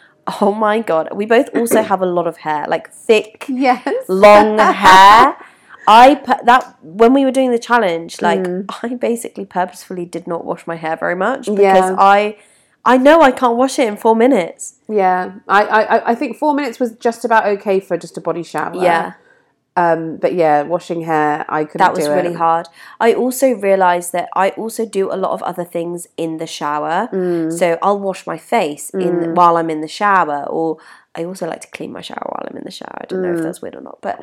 Speaker 1: Oh my god. We both also have a lot of hair, like thick,
Speaker 2: Yes. *laughs*
Speaker 1: long hair. I pu- that when we were doing the challenge, like I basically purposefully did not wash my hair very much because
Speaker 2: Mm. Yeah.
Speaker 1: I I know I can't wash it in four minutes.
Speaker 2: Yeah. I, I I- I think four minutes was just about okay for just a body shower.
Speaker 1: Yeah.
Speaker 2: Um. But yeah, washing hair, I couldn't.
Speaker 1: That was
Speaker 2: do
Speaker 1: really
Speaker 2: it.
Speaker 1: hard. I also realized that I also do a lot of other things in the shower.
Speaker 2: Mm.
Speaker 1: So I'll wash my face in while I'm in the shower, or I also like to clean my shower while I'm in the shower. I don't
Speaker 2: Mm.
Speaker 1: know if that's weird or not, but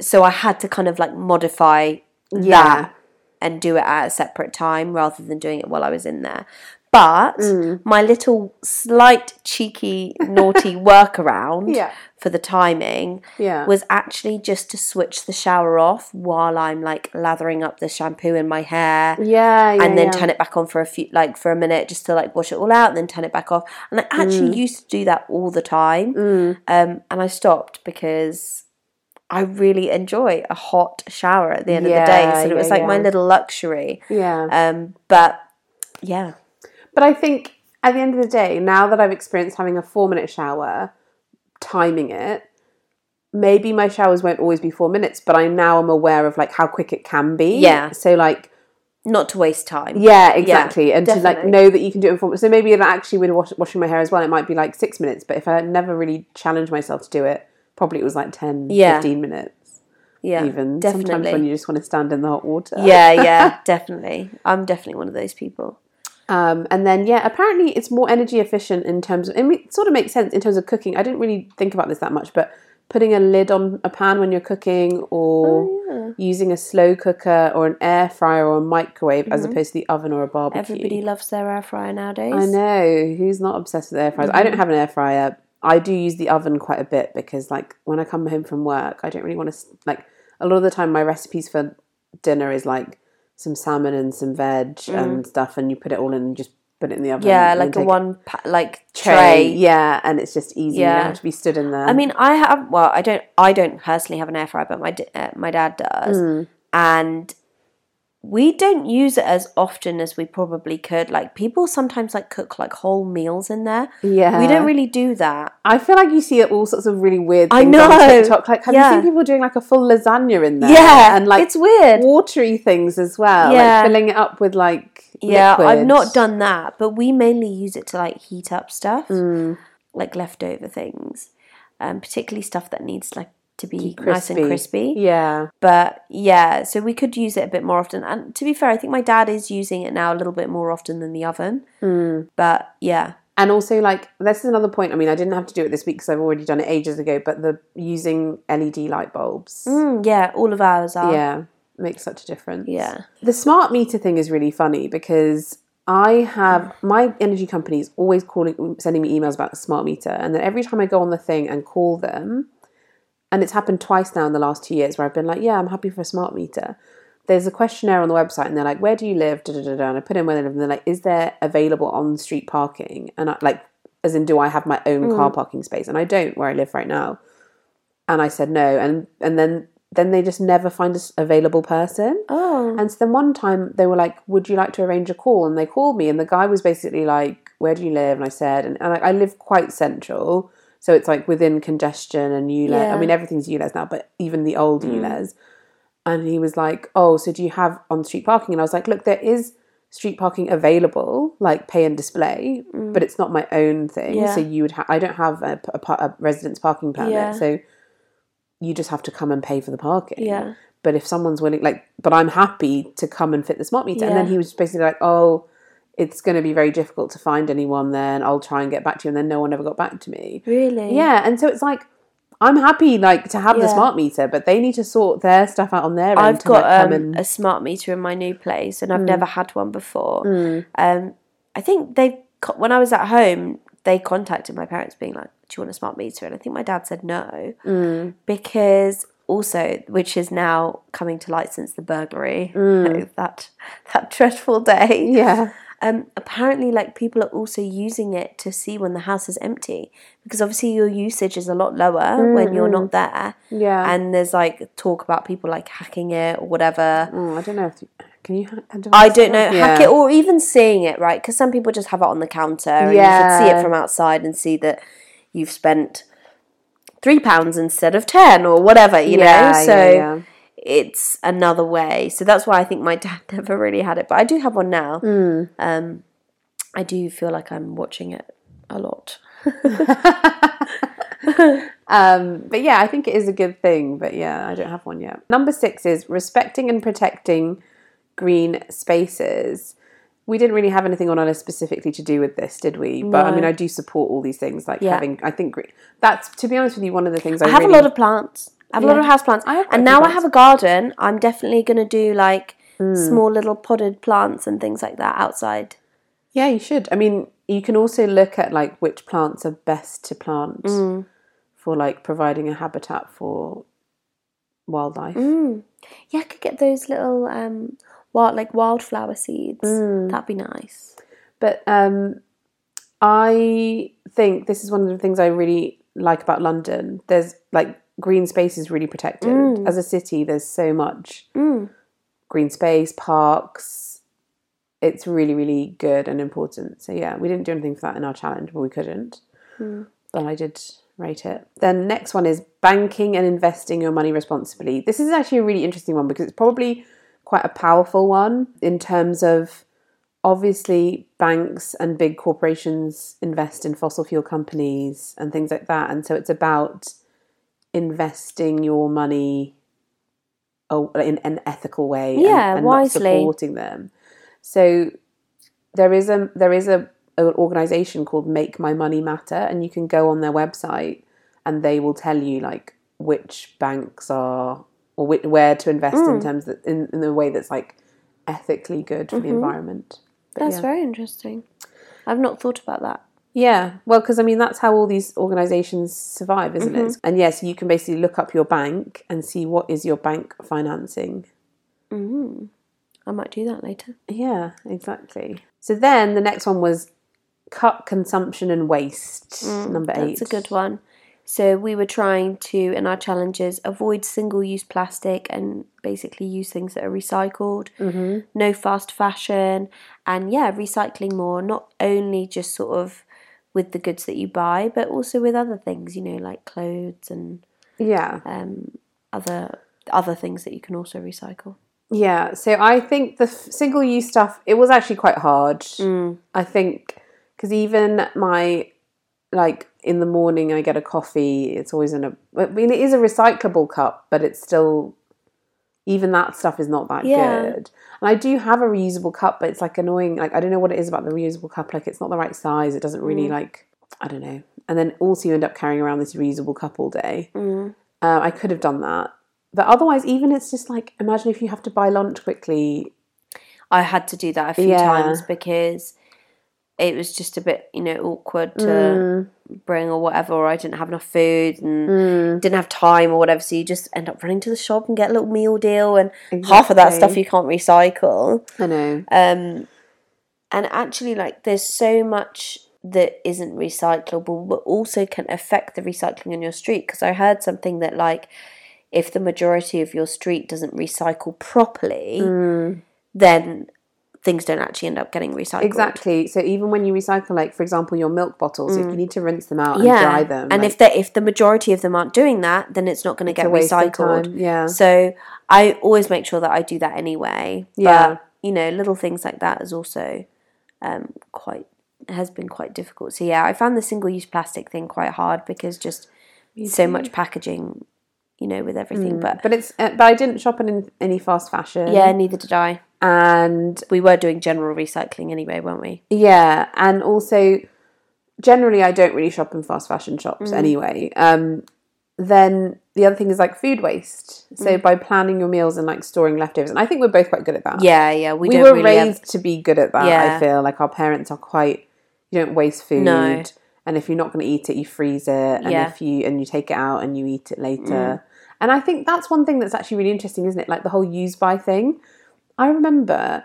Speaker 1: so I had to kind of like modify
Speaker 2: Yeah.
Speaker 1: that and do it at a separate time rather than doing it while I was in there. But
Speaker 2: Mm.
Speaker 1: my little slight cheeky
Speaker 2: *laughs*
Speaker 1: naughty workaround
Speaker 2: Yeah.
Speaker 1: for the timing
Speaker 2: Yeah.
Speaker 1: was actually just to switch the shower off while I'm like lathering up the shampoo in my hair
Speaker 2: Yeah. yeah
Speaker 1: and then
Speaker 2: yeah.
Speaker 1: turn it back on for a few like for a minute just to like wash it all out and then turn it back off. And I actually
Speaker 2: Mm.
Speaker 1: used to do that all the time. Um and I stopped because I really enjoy a hot shower at the end of the
Speaker 2: Yeah,
Speaker 1: day. So it was
Speaker 2: yeah,
Speaker 1: like my
Speaker 2: yeah.
Speaker 1: little luxury.
Speaker 2: Yeah.
Speaker 1: Um but yeah.
Speaker 2: But I think at the end of the day, now that I've experienced having a four minute shower, timing it, maybe my showers won't always be four minutes, but I now am aware of like how quick it can be.
Speaker 1: Yeah.
Speaker 2: So like
Speaker 1: Not to waste time.
Speaker 2: yeah, exactly. and to like
Speaker 1: definitely.
Speaker 2: know that you can do it in four minutes. So maybe that actually with wash, washing my hair as well, it might be like six minutes, but if I had never really challenged myself to do it, probably it was like 10,
Speaker 1: Yeah.
Speaker 2: 15 minutes
Speaker 1: Yeah.
Speaker 2: even.
Speaker 1: Definitely.
Speaker 2: Sometimes when you just want to stand in the hot water.
Speaker 1: yeah, yeah, *laughs* definitely. I'm definitely one of those people.
Speaker 2: Um, and then, yeah, apparently it's more energy efficient in terms of, I mean, it sort of makes sense in terms of cooking. I didn't really think about this that much, but putting a lid on a pan when you're cooking or
Speaker 1: Oh,
Speaker 2: using a slow cooker or an air fryer or a microwave as opposed to the oven or a barbecue.
Speaker 1: Mm-hmm. Everybody loves their air fryer nowadays.
Speaker 2: I know. Who's not obsessed with air fryers? I
Speaker 1: Mm-hmm.
Speaker 2: don't have an air fryer. I do use the oven quite a bit because, like, when I come home from work, I don't really want to, like, a lot of the time my recipes for dinner is like some salmon and some veg and stuff, and you put it all in and just put it in the oven.
Speaker 1: Mm-hmm. Yeah,
Speaker 2: and
Speaker 1: like a
Speaker 2: take
Speaker 1: one pa- like
Speaker 2: tray.
Speaker 1: tray.
Speaker 2: Yeah, and it's just easy. You
Speaker 1: Yeah.
Speaker 2: don't have to be stood in there.
Speaker 1: I mean, I have. Well, I don't. I don't personally have an air fryer, but my d- uh, my dad does, and we don't use it as often as we probably could. Like people sometimes like cook like whole meals in there.
Speaker 2: yeah,
Speaker 1: We don't really do that.
Speaker 2: I feel like you see all sorts of really weird.
Speaker 1: I
Speaker 2: Things On
Speaker 1: know.
Speaker 2: TikTok. Like, have
Speaker 1: Yeah.
Speaker 2: you seen people doing like a full lasagna in there?
Speaker 1: yeah,
Speaker 2: and like
Speaker 1: it's weird.
Speaker 2: watery things as well.
Speaker 1: Yeah.
Speaker 2: Like filling it up with like
Speaker 1: Yeah, I've
Speaker 2: liquid.
Speaker 1: not done that, but we mainly use it to like heat up stuff, like leftover things, um, particularly stuff that needs like to be nice and crispy.
Speaker 2: Yeah.
Speaker 1: But yeah, so we could use it a bit more often. And to be fair, I think my dad is using it now a little bit more often than the oven.
Speaker 2: Hmm.
Speaker 1: But yeah,
Speaker 2: And also like this is another point. I mean, I didn't have to do it this week because I've already done it ages ago, but the using LED light bulbs.
Speaker 1: Mm, yeah, all of ours are.
Speaker 2: Yeah. Makes such a difference.
Speaker 1: Yeah.
Speaker 2: The smart meter thing is really funny because I have my energy company is always calling sending me emails about the smart meter and then every time I go on the thing and call them and it's happened twice now in the last two years where I've been like, yeah, I'm happy for a smart meter. There's a questionnaire on the website, and they're like, where do you live? Da, da, da, da. And I put in where they live, and they're like, is there available on street parking? And I, like, as in, do I have my own car parking space? And I don't where I live right now. And I said no, and and then then they just never find an available person.
Speaker 1: Oh.
Speaker 2: And so then one time they were like, Would you like to arrange a call? And they called me, and the guy was basically like, Where do you live? And I said, And, and I, I live quite central. So it's like within congestion and ULEZ. I
Speaker 1: Yeah. Mm.
Speaker 2: mean, everything's ULEZ now, but even the old ULEZ. And he was like, Oh, so do you have on street parking? And I was like, Look, there is street parking available, like pay and display, but it's not my own thing.
Speaker 1: Mm. Yeah.
Speaker 2: So you would, ha- I don't have a, p- a pa- a residence parking permit.
Speaker 1: Yeah.
Speaker 2: So you just have to come and pay for the parking.
Speaker 1: Yeah.
Speaker 2: But if someone's willing, like, but I'm happy to come and fit the smart meter. And then
Speaker 1: Yeah.
Speaker 2: he was basically like, oh, it's going to be very difficult to find anyone then. I'll try and get back to you. And then no one ever got back to me.
Speaker 1: Really?
Speaker 2: Yeah. And so it's like, I'm happy, like, to have the
Speaker 1: Yeah.
Speaker 2: smart meter, but they need to sort their stuff out on their end.
Speaker 1: I've
Speaker 2: to, like,
Speaker 1: got
Speaker 2: come
Speaker 1: um, Hmm.
Speaker 2: and-
Speaker 1: a smart meter in my new place, and I've never had one before. Um, I think they co- when I was at home, they contacted my parents, being like, "Do you want a smart meter?" And I think my dad said no Hmm. because also, which is Hmm. *laughs* now coming to light since the burglary, that that dreadful day.
Speaker 2: yeah.
Speaker 1: um, apparently, like people are also using it to see when the house is empty because obviously your usage is a lot lower when you're not there.
Speaker 2: Yeah.
Speaker 1: And there's like talk about people like hacking it or whatever.
Speaker 2: oh, I don't know if you, can you. hack- do
Speaker 1: I don't know, hack
Speaker 2: Yeah.
Speaker 1: it or even seeing it, right? Because some people just have it on the counter and you can see
Speaker 2: Yeah.
Speaker 1: it from outside and see that you've spent three pounds instead of ten or whatever, you
Speaker 2: Yeah,
Speaker 1: know?
Speaker 2: yeah,
Speaker 1: So
Speaker 2: yeah.
Speaker 1: it's another way. So that's why I think my *laughs* dad never really had it, but I do have one now.
Speaker 2: Hmm.
Speaker 1: Um, I do feel like I'm watching it a lot.
Speaker 2: Um, but yeah, I think it is a good thing. But yeah, I don't have one yet. Number six is respecting and protecting green spaces. We didn't really have anything on our list specifically to do with this, did we? But I
Speaker 1: No.
Speaker 2: mean, I do support all these things, like
Speaker 1: Yeah.
Speaker 2: having. I think green. That's to be honest with you, one of the things I,
Speaker 1: I have
Speaker 2: really,
Speaker 1: a lot of plants. I have a lot of
Speaker 2: Yeah.
Speaker 1: houseplants.
Speaker 2: I have quite a
Speaker 1: And
Speaker 2: few
Speaker 1: now I
Speaker 2: plants.
Speaker 1: have a garden. I'm definitely going to do like small little potted plants and things like that outside.
Speaker 2: Yeah, you should. I mean, you can also look at like which plants are best to plant
Speaker 1: Mm.
Speaker 2: for like providing a habitat for wildlife.
Speaker 1: Yeah, I could get those little um wild like wildflower seeds. That'd be nice.
Speaker 2: But um, I think this is one of the things I really like about London. There's like green space is really protected. As a city, there's so much green space, parks. It's really, really good and important. So yeah, we didn't do anything for that in our challenge, but we couldn't. But I did rate it. Then next one is banking and investing your money responsibly. This is actually a really interesting one because it's probably quite a powerful one in terms of obviously banks and big corporations invest in fossil fuel companies and things like that and so it's about investing your money oh, in an ethical way and-
Speaker 1: Yeah,
Speaker 2: and,
Speaker 1: wisely.
Speaker 2: not supporting them so there is a there is a an organization called make my money matter and you can go on their website and they will tell you like which banks are or whi where to invest
Speaker 1: Mm.
Speaker 2: in terms that in, in the way that's like ethically good for the
Speaker 1: Mm-hmm.
Speaker 2: environment But
Speaker 1: That's
Speaker 2: yeah.
Speaker 1: very interesting. I've not thought about that.
Speaker 2: Yeah, well, because I mean, that's how all these organizations survive, isn't it?
Speaker 1: Mm-hmm.
Speaker 2: And yes, you can basically look up your bank and see what is your bank financing.
Speaker 1: I might do that later.
Speaker 2: Yeah, exactly. So then the next one was cut consumption and waste. number eight.
Speaker 1: Mm, That's a good one. So we were trying to in our challenges avoid single-use plastic and basically use things that are recycled. Mm-hmm. No fast fashion, and yeah, recycling more. Not only just sort of with the goods that you buy, but also with other things. You know, like clothes and
Speaker 2: Yeah,
Speaker 1: um, other other things that you can also recycle.
Speaker 2: yeah. So I think the f- single-use stuff it was actually quite hard. I think because even my like in the morning I get a coffee. It's always in a. I mean, it is a recyclable cup, but it's still even that stuff is not that
Speaker 1: Yeah.
Speaker 2: good. And I do have a reusable cup, but it's like annoying. Like I don't know what it is about the reusable cup. Like it's not the right size. It doesn't really like. I don't know. And then also you end up carrying around this reusable cup all day. Um, I could have done that, but otherwise, even it's just like imagine if you have to buy lunch quickly.
Speaker 1: I had to do that a few
Speaker 2: Yeah.
Speaker 1: times because it was just a bit, you know, awkward to bring or whatever, or I didn't have enough food and
Speaker 2: Mm.
Speaker 1: didn't have time or whatever. So you just end up running to the shop and get a little meal deal, and half of that stuff
Speaker 2: Exactly.
Speaker 1: you can't recycle.
Speaker 2: I know.
Speaker 1: Um, and actually, like, there's so much that isn't recyclable, but also can affect the recycling on your street. Because I heard something that, like, if the majority of your street doesn't recycle properly,
Speaker 2: Hmm.
Speaker 1: then things don't actually end up getting recycled.
Speaker 2: Exactly. So even when you recycle, like for example, your milk bottles, if you need to rinse them out and
Speaker 1: Mm. Yeah.
Speaker 2: dry them,
Speaker 1: and if they if the majority of them aren't doing that, then it's not going to get
Speaker 2: a waste of
Speaker 1: recycled.
Speaker 2: time, yeah.
Speaker 1: So I always make sure that I do that anyway.
Speaker 2: Yeah.
Speaker 1: But, you know, little things like that is also um, quite has been quite difficult. So yeah, I found the single use plastic thing quite hard because just so much packaging, you know, with everything. But,
Speaker 2: but it's uh, but I didn't shop in any fast fashion.
Speaker 1: yeah, neither did I.
Speaker 2: and
Speaker 1: We were doing general recycling anyway, weren't we?
Speaker 2: yeah, and also generally I don't really shop in fast fashion shops
Speaker 1: Mm.
Speaker 2: anyway. Um, then the other thing is like food waste.
Speaker 1: Mm.
Speaker 2: So by planning your meals and like storing leftovers, and I think we're both quite good at that.
Speaker 1: Yeah, yeah. We,
Speaker 2: we
Speaker 1: don't
Speaker 2: were
Speaker 1: really have-
Speaker 2: raised to be good at that.
Speaker 1: Yeah.
Speaker 2: I feel like our parents are quite. You don't waste food,
Speaker 1: No.
Speaker 2: and if you're not going to eat it, you freeze it, and
Speaker 1: Yeah.
Speaker 2: if you and you take it out and you eat it later. And I think that's one thing that's actually really interesting, isn't it? Like the whole use by thing. I remember,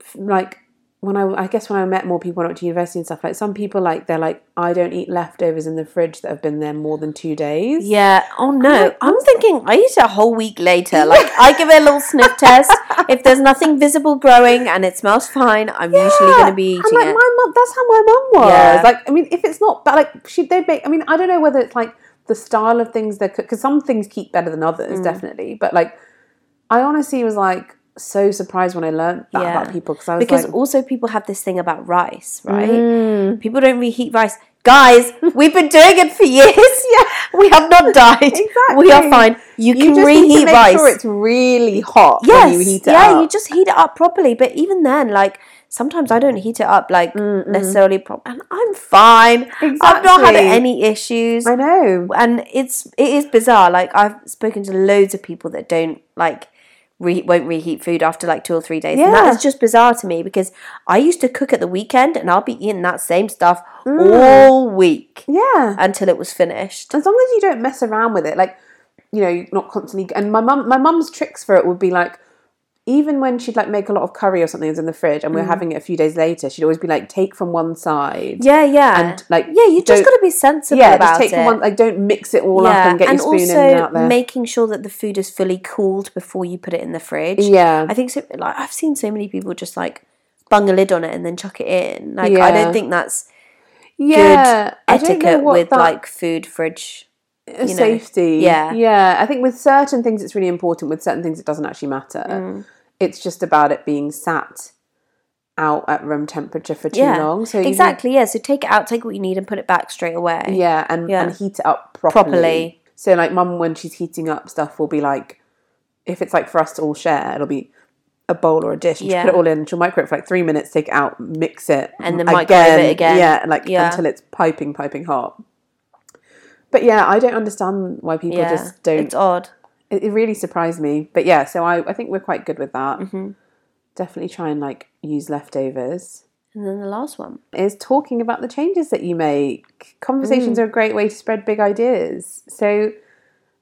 Speaker 2: f- like when I, I guess when I met more people when I went to university and stuff, like some people, like they're like, I don't eat leftovers in the fridge that have been there more than two days.
Speaker 1: Yeah. Oh no. I'm thinking I eat it a whole week later. Like I give it a little
Speaker 2: *laughs*
Speaker 1: sniff test. If there's nothing visible growing and it smells fine, I'm usually going to be
Speaker 2: And
Speaker 1: eating
Speaker 2: like
Speaker 1: it.
Speaker 2: my mum, that's how my mum was.
Speaker 1: Yeah.
Speaker 2: Like, I mean, if it's not, but like she, they make. I mean, I don't know whether it's like the style of things they cook because some things keep better than
Speaker 1: Mm.
Speaker 2: others, definitely. But like, I honestly was like so surprised when I learned that
Speaker 1: Yeah.
Speaker 2: about people because I was
Speaker 1: Because
Speaker 2: like, Mm.
Speaker 1: also people have this thing about rice, right? People don't reheat rice.
Speaker 2: *laughs*
Speaker 1: Guys, we've been doing it for years. *laughs*
Speaker 2: Yeah.
Speaker 1: We have not died. We are
Speaker 2: Exactly.
Speaker 1: fine. You,
Speaker 2: you
Speaker 1: can
Speaker 2: just
Speaker 1: reheat
Speaker 2: need to make
Speaker 1: rice.
Speaker 2: sure it's really hot
Speaker 1: yes.
Speaker 2: when you heat it
Speaker 1: yeah,
Speaker 2: up.
Speaker 1: you just heat it up properly. But even then, like sometimes I don't heat it up like necessarily properly, and I'm fine. I've not had
Speaker 2: Exactly.
Speaker 1: any issues.
Speaker 2: I know.
Speaker 1: and it's it is bizarre. Like I've spoken to loads of people that don't like re- won't reheat food after like two or three days, and
Speaker 2: Yeah.
Speaker 1: that is just bizarre to me because I used to cook at the weekend, and I'll be eating that same stuff all week
Speaker 2: Mm. Yeah.
Speaker 1: until it was finished.
Speaker 2: as long as you don't mess around with it, like you know, you're not constantly. And my mum, my mum's tricks for it would be like, even when she'd like make a lot of curry or something that was in the fridge, and we
Speaker 1: Mm.
Speaker 2: were having it a few days later, she'd always be like, take from one side.
Speaker 1: Yeah, yeah,
Speaker 2: And, like,
Speaker 1: yeah, you just
Speaker 2: don't-
Speaker 1: got to be sensible
Speaker 2: Yeah,
Speaker 1: about
Speaker 2: just take
Speaker 1: it.
Speaker 2: from one. Like, don't mix it all up and get your spoon
Speaker 1: also
Speaker 2: in and out there.
Speaker 1: making sure that the food is fully cooled before you put it in the fridge.
Speaker 2: Yeah.
Speaker 1: I think so. Like I've seen so many people just like bung a lid on it and then chuck it in. Like I
Speaker 2: Yeah.
Speaker 1: don't think that's
Speaker 2: yeah,
Speaker 1: good etiquette with like food fridge.
Speaker 2: uh,
Speaker 1: know.
Speaker 2: safety.
Speaker 1: Yeah.
Speaker 2: yeah. I think with certain things it's really important. With certain things it doesn't actually matter.
Speaker 1: Mm.
Speaker 2: It's just about it being sat out at room temperature for too
Speaker 1: Yeah,
Speaker 2: long. So you need-
Speaker 1: exactly. Yeah, so take it out, take what you need, and put it back straight away.
Speaker 2: Yeah, and,
Speaker 1: Yeah.
Speaker 2: and heat it up properly.
Speaker 1: Properly.
Speaker 2: So like mum when she's heating up stuff will be like if it's like for us to all share, it'll be a bowl or a dish and she'll
Speaker 1: Yeah.
Speaker 2: put it all in, she'll microwave for like three minutes, take it out, mix it.
Speaker 1: And then microwave it again.
Speaker 2: Yeah, like
Speaker 1: Yeah.
Speaker 2: until it's piping, piping hot. But yeah, I don't understand why people
Speaker 1: yeah,
Speaker 2: just don't
Speaker 1: It's odd.
Speaker 2: it, it really surprised me. But yeah, so I, I think we're quite good with that.
Speaker 1: Mm-hmm.
Speaker 2: Definitely try and like use leftovers
Speaker 1: And then the last one.
Speaker 2: is talking about the changes that you make.
Speaker 1: Mm.
Speaker 2: Conversations are a great way to spread big ideas. So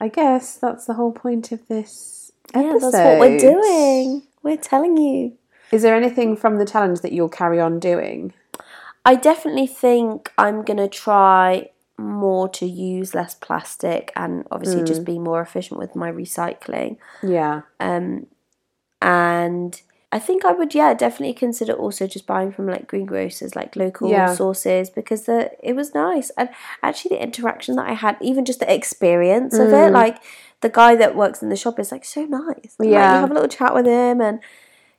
Speaker 2: I guess that's the whole point of this
Speaker 1: Yeah,
Speaker 2: episode.
Speaker 1: that's what we're doing. We're telling you.
Speaker 2: Is there anything from the challenge that you'll carry on doing?
Speaker 1: I definitely think I'm going to try more to use less plastic and obviously just
Speaker 2: Mm.
Speaker 1: be more efficient with my recycling.
Speaker 2: Yeah.
Speaker 1: And I think I would, yeah, definitely consider also just buying from like greengrocers, like local
Speaker 2: Yeah.
Speaker 1: sources, because the it was nice. And actually, the interaction that I had, even just the experience of
Speaker 2: Mm.
Speaker 1: it, like the guy that works in the shop is like so nice. And, like,
Speaker 2: Yeah.
Speaker 1: you have a little chat with him, and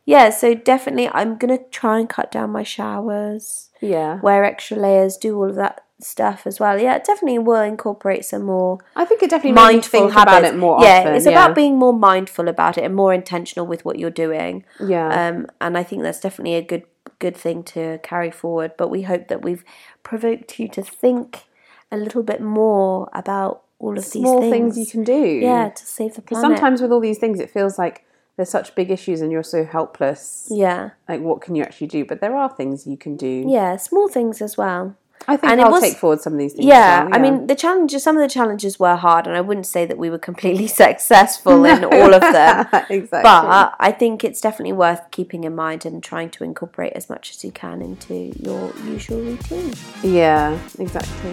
Speaker 1: yeah, so definitely I'm gonna try and cut down my showers
Speaker 2: Yeah.
Speaker 1: wear extra layers, do all of that stuff as well. Yeah, it definitely will incorporate some more
Speaker 2: I think it definitely
Speaker 1: mindful
Speaker 2: made me think
Speaker 1: habits.
Speaker 2: about it more
Speaker 1: yeah,
Speaker 2: often.
Speaker 1: it's about being more mindful about it and more intentional with what you're doing.
Speaker 2: Yeah.
Speaker 1: Um, and I think that's definitely a good good thing to carry forward. But we hope that we've provoked you to think a little bit more about all of
Speaker 2: Small
Speaker 1: these
Speaker 2: things.
Speaker 1: things.
Speaker 2: you can do.
Speaker 1: yeah, to save the planet.
Speaker 2: Sometimes with all these things it feels like there's such big issues and you're so helpless.
Speaker 1: yeah,
Speaker 2: Like what can you actually do? But there are things you can do.
Speaker 1: yeah, small things as well.
Speaker 2: I think
Speaker 1: And it
Speaker 2: I'll
Speaker 1: was-
Speaker 2: take forward some of these things.
Speaker 1: yeah,
Speaker 2: as
Speaker 1: I
Speaker 2: well,
Speaker 1: mean, the challenges, some of the challenges were hard, and I wouldn't say that we were completely *laughs* successful in all of them.
Speaker 2: *laughs* exactly.
Speaker 1: But I think it's definitely worth keeping in mind and trying to incorporate as much as you can into your usual routine.
Speaker 2: yeah, exactly.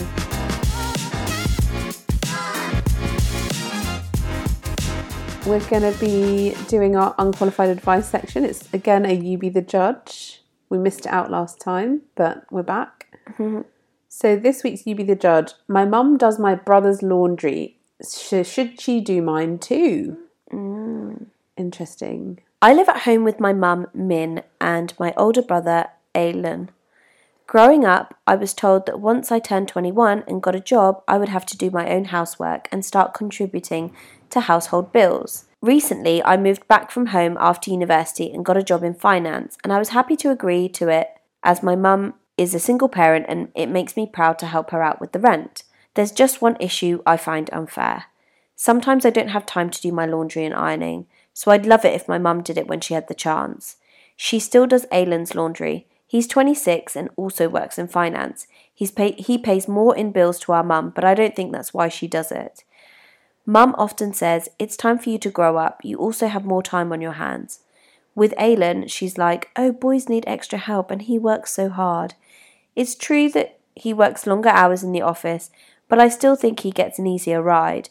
Speaker 2: We're going to be doing our unqualified advice section. It's again a you be the judge. We missed it out last time, but we're back. So this week's you be the judge. My mum does my brother's laundry. Sh- should she do mine too? Mm. Interesting.
Speaker 1: I live at home with my mum, Min, and my older brother, Aylin. Growing up, I was told that once I turned 21 and got a job, I would have to do my own housework and start contributing to household bills. Recently, I moved back from home after university and got a job in finance, and I was happy to agree to it as my mum is a single parent and it makes me proud to help her out with the rent. There's just one issue I find unfair. Sometimes I don't have time to do my laundry and ironing, so I'd love it if my mum did it when she had the chance. She still does Aylin's laundry. He's 26 and also works in finance. He's pay- he pays more in bills to our mum, but I don't think that's why she does it. Mum often says, It's time for you to grow up. You also have more time on your hands. with Aylin, she's like, oh, boys need extra help and he works so hard. It's true that he works longer hours in the office, but I still think he gets an easier ride.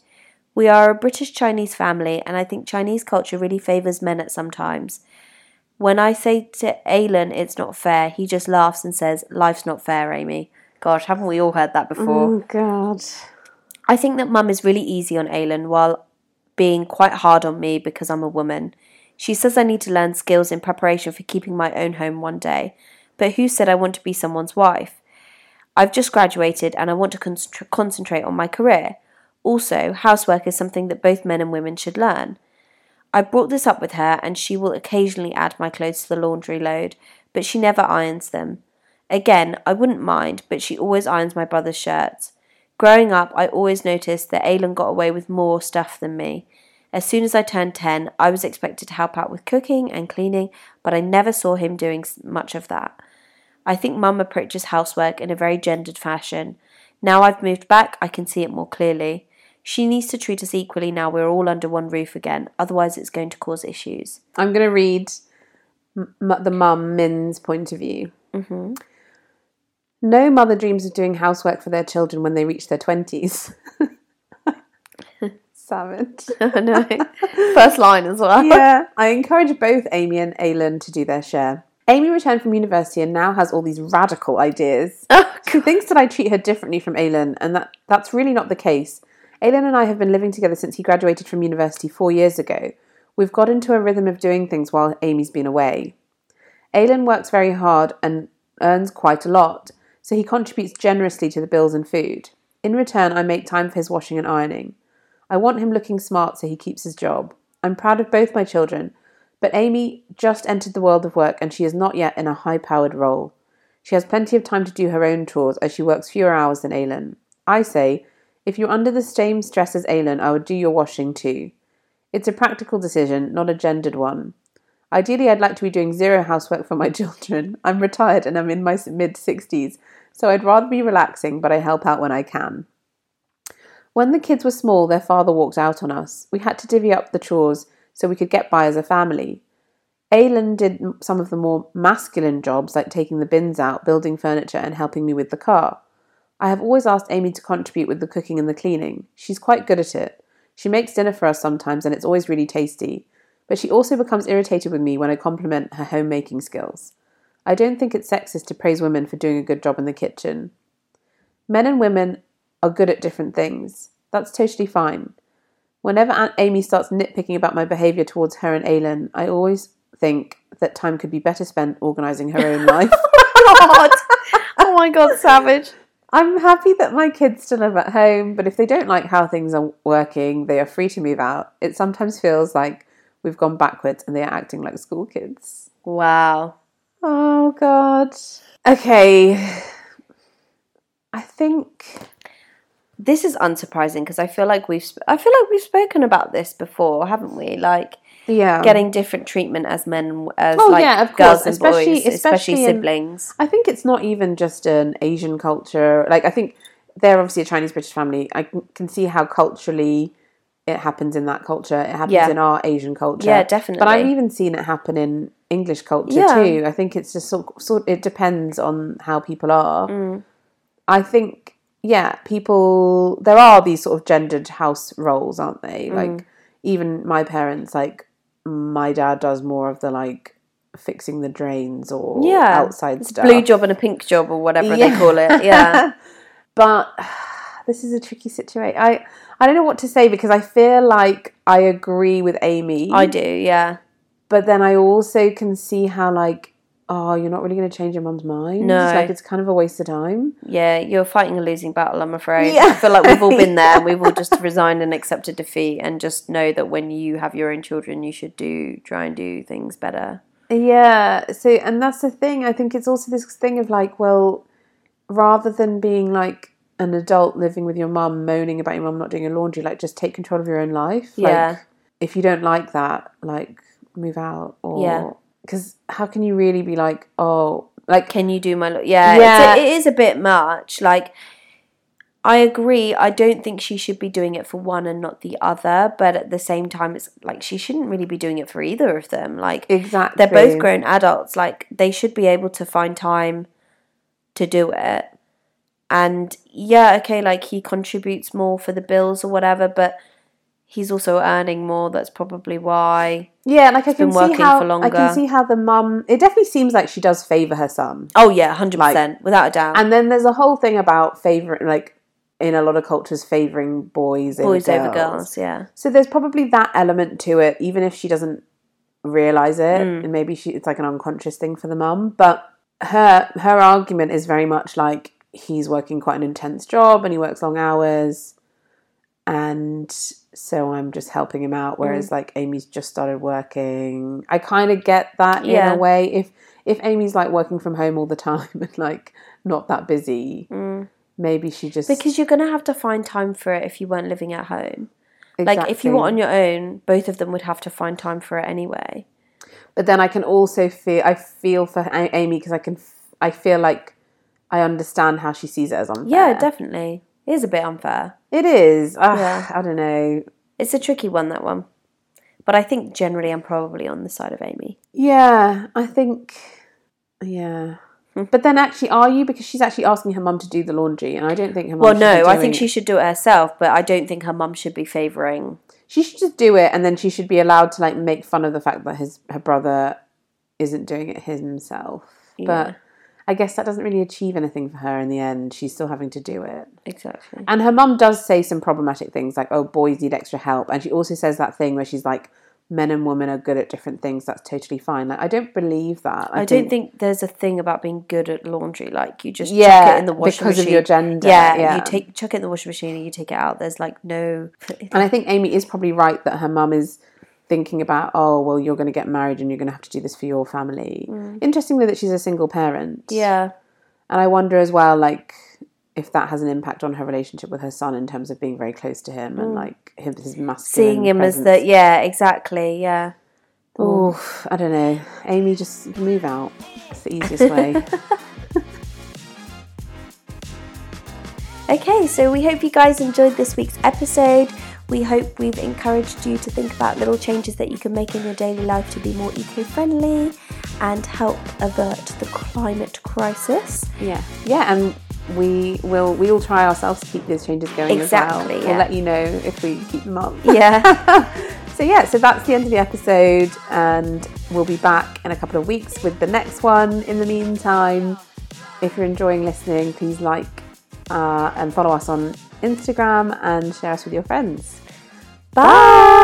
Speaker 1: We are a British Chinese family, and I think Chinese culture really favours men at some times. When I say to Aylin it's not fair, he just laughs and says, Life's not fair, Amy. Gosh, haven't we all heard that before?
Speaker 2: Oh, God.
Speaker 1: I think that mum is really easy on Aylin while being quite hard on me because I'm a woman. She says I need to learn skills in preparation for keeping my own home one day, but who said I want to be someone's wife? I've just graduated and I want to concentr concentrate on my career. Also, housework is something that both men and women should learn. I brought this up with her and she will occasionally add my clothes to the laundry load, but she never irons them. Again, I wouldn't mind, but she always irons my brother's shirts. Growing up, I always noticed that Aylin got away with more stuff than me. As soon as I turned 10, I was expected to help out with cooking and cleaning, but I never saw him doing s- much of that. I think mum approaches housework in a very gendered fashion. Now I've moved back, I can see it more clearly. She needs to treat us equally now we're all under one roof again, otherwise, it's going to cause issues. *laughs*
Speaker 2: I'm going to read m- m- the mum Min's point of view. Mm-hmm. No mother dreams of doing housework for their children when they reach their 20s. *laughs* Savage.
Speaker 1: no. First line as *laughs* well.
Speaker 2: yeah. *laughs* I encourage both Amy and Aylin to do their share. Amy returned from university and now has all these radical ideas. she thinks that I treat her differently from Aylin, and that, that's really not the case. Aylin and I have been living together since he graduated from university four years ago. We've got into a rhythm of doing things while Amy's been away. Aylin works very hard and earns quite a lot, so he contributes generously to the bills and food. In return, I make time for his washing and ironing. I want him looking smart so he keeps his job. I'm proud of both my children, but Amy just entered the world of work and she is not yet in a high powered role. She has plenty of time to do her own chores as she works fewer hours than Aylin. I say, if you're under the same stress as Aylin, I would do your washing too. It's a practical decision, not a gendered one. Ideally, I'd like to be doing zero housework for my *laughs* children. I'm retired and I'm in my mid 60s, so I'd rather be relaxing, but I help out when I can. When the kids were small, their father walked out on us. We had to divvy up the chores so we could get by as a family. Aylin did m- some of the more masculine jobs like taking the bins out, building furniture, and helping me with the car. I have always asked Amy to contribute with the cooking and the cleaning. She's quite good at it. She makes dinner for us sometimes and it's always really tasty. But she also becomes irritated with me when I compliment her homemaking skills. I don't think it's sexist to praise women for doing a good job in the kitchen. Men and women are good at different things. That's totally fine. Whenever Aunt Amy starts nitpicking about my behaviour towards her and Aylin, I always think that time could be better spent organising her own *laughs* life.
Speaker 1: God. Oh my god, savage.
Speaker 2: I'm happy that my kids still live at home, but if they don't like how things are working, they are free to move out. It sometimes feels like we've gone backwards and they are acting like school kids.
Speaker 1: Wow.
Speaker 2: Oh, God. Okay. I think.
Speaker 1: This is unsurprising because I feel like we've sp- I feel like we've spoken about this before, haven't we? Like
Speaker 2: Yeah.
Speaker 1: getting different treatment as men as
Speaker 2: Oh,
Speaker 1: like
Speaker 2: yeah, of
Speaker 1: girls
Speaker 2: course,
Speaker 1: and
Speaker 2: especially-
Speaker 1: boys, especially,
Speaker 2: especially in-
Speaker 1: siblings.
Speaker 2: I think it's not even just an Asian culture. Like, I think they're obviously a Chinese British family. I can can see how culturally it happens in that culture. It happens
Speaker 1: Yeah.
Speaker 2: in our Asian culture.
Speaker 1: Yeah, definitely.
Speaker 2: But I've even seen it happen in English culture
Speaker 1: Yeah.
Speaker 2: too. I think it's just sort, sort it depends on how people are.
Speaker 1: Mm.
Speaker 2: I think yeah, people there are these sort of gendered house roles, aren't they?
Speaker 1: Mm.
Speaker 2: Like even my parents like my dad does more of the like fixing the drains or
Speaker 1: Yeah.
Speaker 2: outside stuff.
Speaker 1: Blue job and a pink job or whatever they
Speaker 2: Yeah.
Speaker 1: call
Speaker 2: *laughs*
Speaker 1: it. Yeah.
Speaker 2: but *sighs* this is a tricky situation. I I don't know what to say because I feel like I agree with Amy.
Speaker 1: I do, yeah.
Speaker 2: but then I also can see how like oh you're not really going to change your mum's mind.
Speaker 1: No.
Speaker 2: It's like it's kind of a waste of time.
Speaker 1: Yeah, you're fighting a losing battle, I'm afraid.
Speaker 2: Yeah.
Speaker 1: I feel like we've all been there
Speaker 2: *laughs*
Speaker 1: and we've all just resigned and accepted defeat and just know that when you have your own children you should do try and do things better.
Speaker 2: Yeah. So and that's the thing. I think it's also this thing of like well rather than being like an adult living with your mum moaning about your mum not doing your laundry like just take control of your own life. Like,
Speaker 1: yeah.
Speaker 2: if you don't like that, like move out or
Speaker 1: Yeah.
Speaker 2: because how can you really be like, oh, like
Speaker 1: Can you do my lo- yeah,
Speaker 2: Yeah.
Speaker 1: It's a, it is a bit much. Like I agree. I don't think she should be doing it for one and not the other, but at the same time, it's like she shouldn't really be doing it for either of them. Like,
Speaker 2: Exactly.
Speaker 1: they're both grown adults. Like, they should be able to find time to do it. And yeah, okay, like he contributes more for the bills or whatever, but he's also earning more. That's probably why.
Speaker 2: Yeah, like I can
Speaker 1: been
Speaker 2: see
Speaker 1: working
Speaker 2: how
Speaker 1: for
Speaker 2: I
Speaker 1: longer.
Speaker 2: can see how the mum. It definitely seems like she does favor her son.
Speaker 1: Oh, yeah, 100%, without a doubt.
Speaker 2: And then there's a whole thing about favoring, like in a lot of cultures, favoring boys,
Speaker 1: Boys
Speaker 2: over
Speaker 1: over girls, yeah.
Speaker 2: So there's probably that element to it, even if she doesn't realize it,
Speaker 1: Mm.
Speaker 2: and maybe she it's like an unconscious thing for the mum. But her her argument is very much like he's working quite an intense job and he works long hours, and so I'm just helping him out. Whereas
Speaker 1: Mm.
Speaker 2: like Amy's just started working, I kind of get that
Speaker 1: Yeah.
Speaker 2: in a way. If if Amy's like working from home all the *laughs* time and like not that busy, maybe she just
Speaker 1: Mm. Because you're going to have to find time for it if you weren't living at home. Like, if you
Speaker 2: Exactly.
Speaker 1: were on your own, both of them would have to find time for it anyway.
Speaker 2: but then I can also feel I feel for A- Amy because I can f- I feel like I understand how she sees it as unfair.
Speaker 1: Yeah, definitely. It is a bit unfair.
Speaker 2: it is. Ugh,
Speaker 1: Yeah.
Speaker 2: I don't know.
Speaker 1: It's a tricky one, that one. But I think generally I'm probably on the side of Amy.
Speaker 2: Yeah, I think yeah.
Speaker 1: Hmm.
Speaker 2: But then actually, are you? Because she's actually asking her mum to do the laundry, and I don't think her mum.
Speaker 1: Well,
Speaker 2: should be
Speaker 1: no, I
Speaker 2: doing
Speaker 1: think
Speaker 2: it.
Speaker 1: she should do it herself, but I don't think her mum should be favouring.
Speaker 2: she should just do it, and then she should be allowed to like make fun of the fact that his her brother isn't doing it himself.
Speaker 1: Yeah.
Speaker 2: But I guess that doesn't really achieve anything for her in the end. She's still having to do it.
Speaker 1: Exactly.
Speaker 2: And her mum does say some problematic things like, oh, boys need extra help. And she also says that thing where she's like, men and women are good at different things. That's totally fine. Like, I don't believe that.
Speaker 1: I don't think there's a thing about being good at laundry. Like you just chuck
Speaker 2: Yeah,
Speaker 1: it in the washing
Speaker 2: because of
Speaker 1: machine.
Speaker 2: your gender,
Speaker 1: Yeah,
Speaker 2: yeah.
Speaker 1: you take chuck it in the washing machine and you take it out. There's like
Speaker 2: *laughs*
Speaker 1: no.
Speaker 2: And I think Amy is probably right that her mum is thinking about, oh, well, you're going to get married and you're going to have to do this for your family. Interestingly, that she's a single parent.
Speaker 1: Mm. yeah,
Speaker 2: And I wonder as well, like, if that has an impact on her relationship with her son in terms of being very close to him and like his, his masculine
Speaker 1: Mm. seeing him as the e-, yeah exactly yeah.
Speaker 2: Oh, I don't know. Amy, just move out. It's the
Speaker 1: *laughs*
Speaker 2: easiest way.
Speaker 1: Okay, so we hope you guys enjoyed this week's episode. We hope we've encouraged you to think about little changes that you can make in your daily life to be more eco-friendly and help avert the climate crisis.
Speaker 2: yeah, yeah, and we will we will try ourselves to keep these changes going as
Speaker 1: Exactly,
Speaker 2: well.
Speaker 1: yeah.
Speaker 2: We'll let you know if we keep them up.
Speaker 1: Yeah.
Speaker 2: So yeah, so that's the end of the episode, and we'll be back in a couple of weeks with the next one. In the meantime, if you're enjoying listening, please like uh, and follow us on Instagram and share us with your friends.
Speaker 1: *laughs* Bye.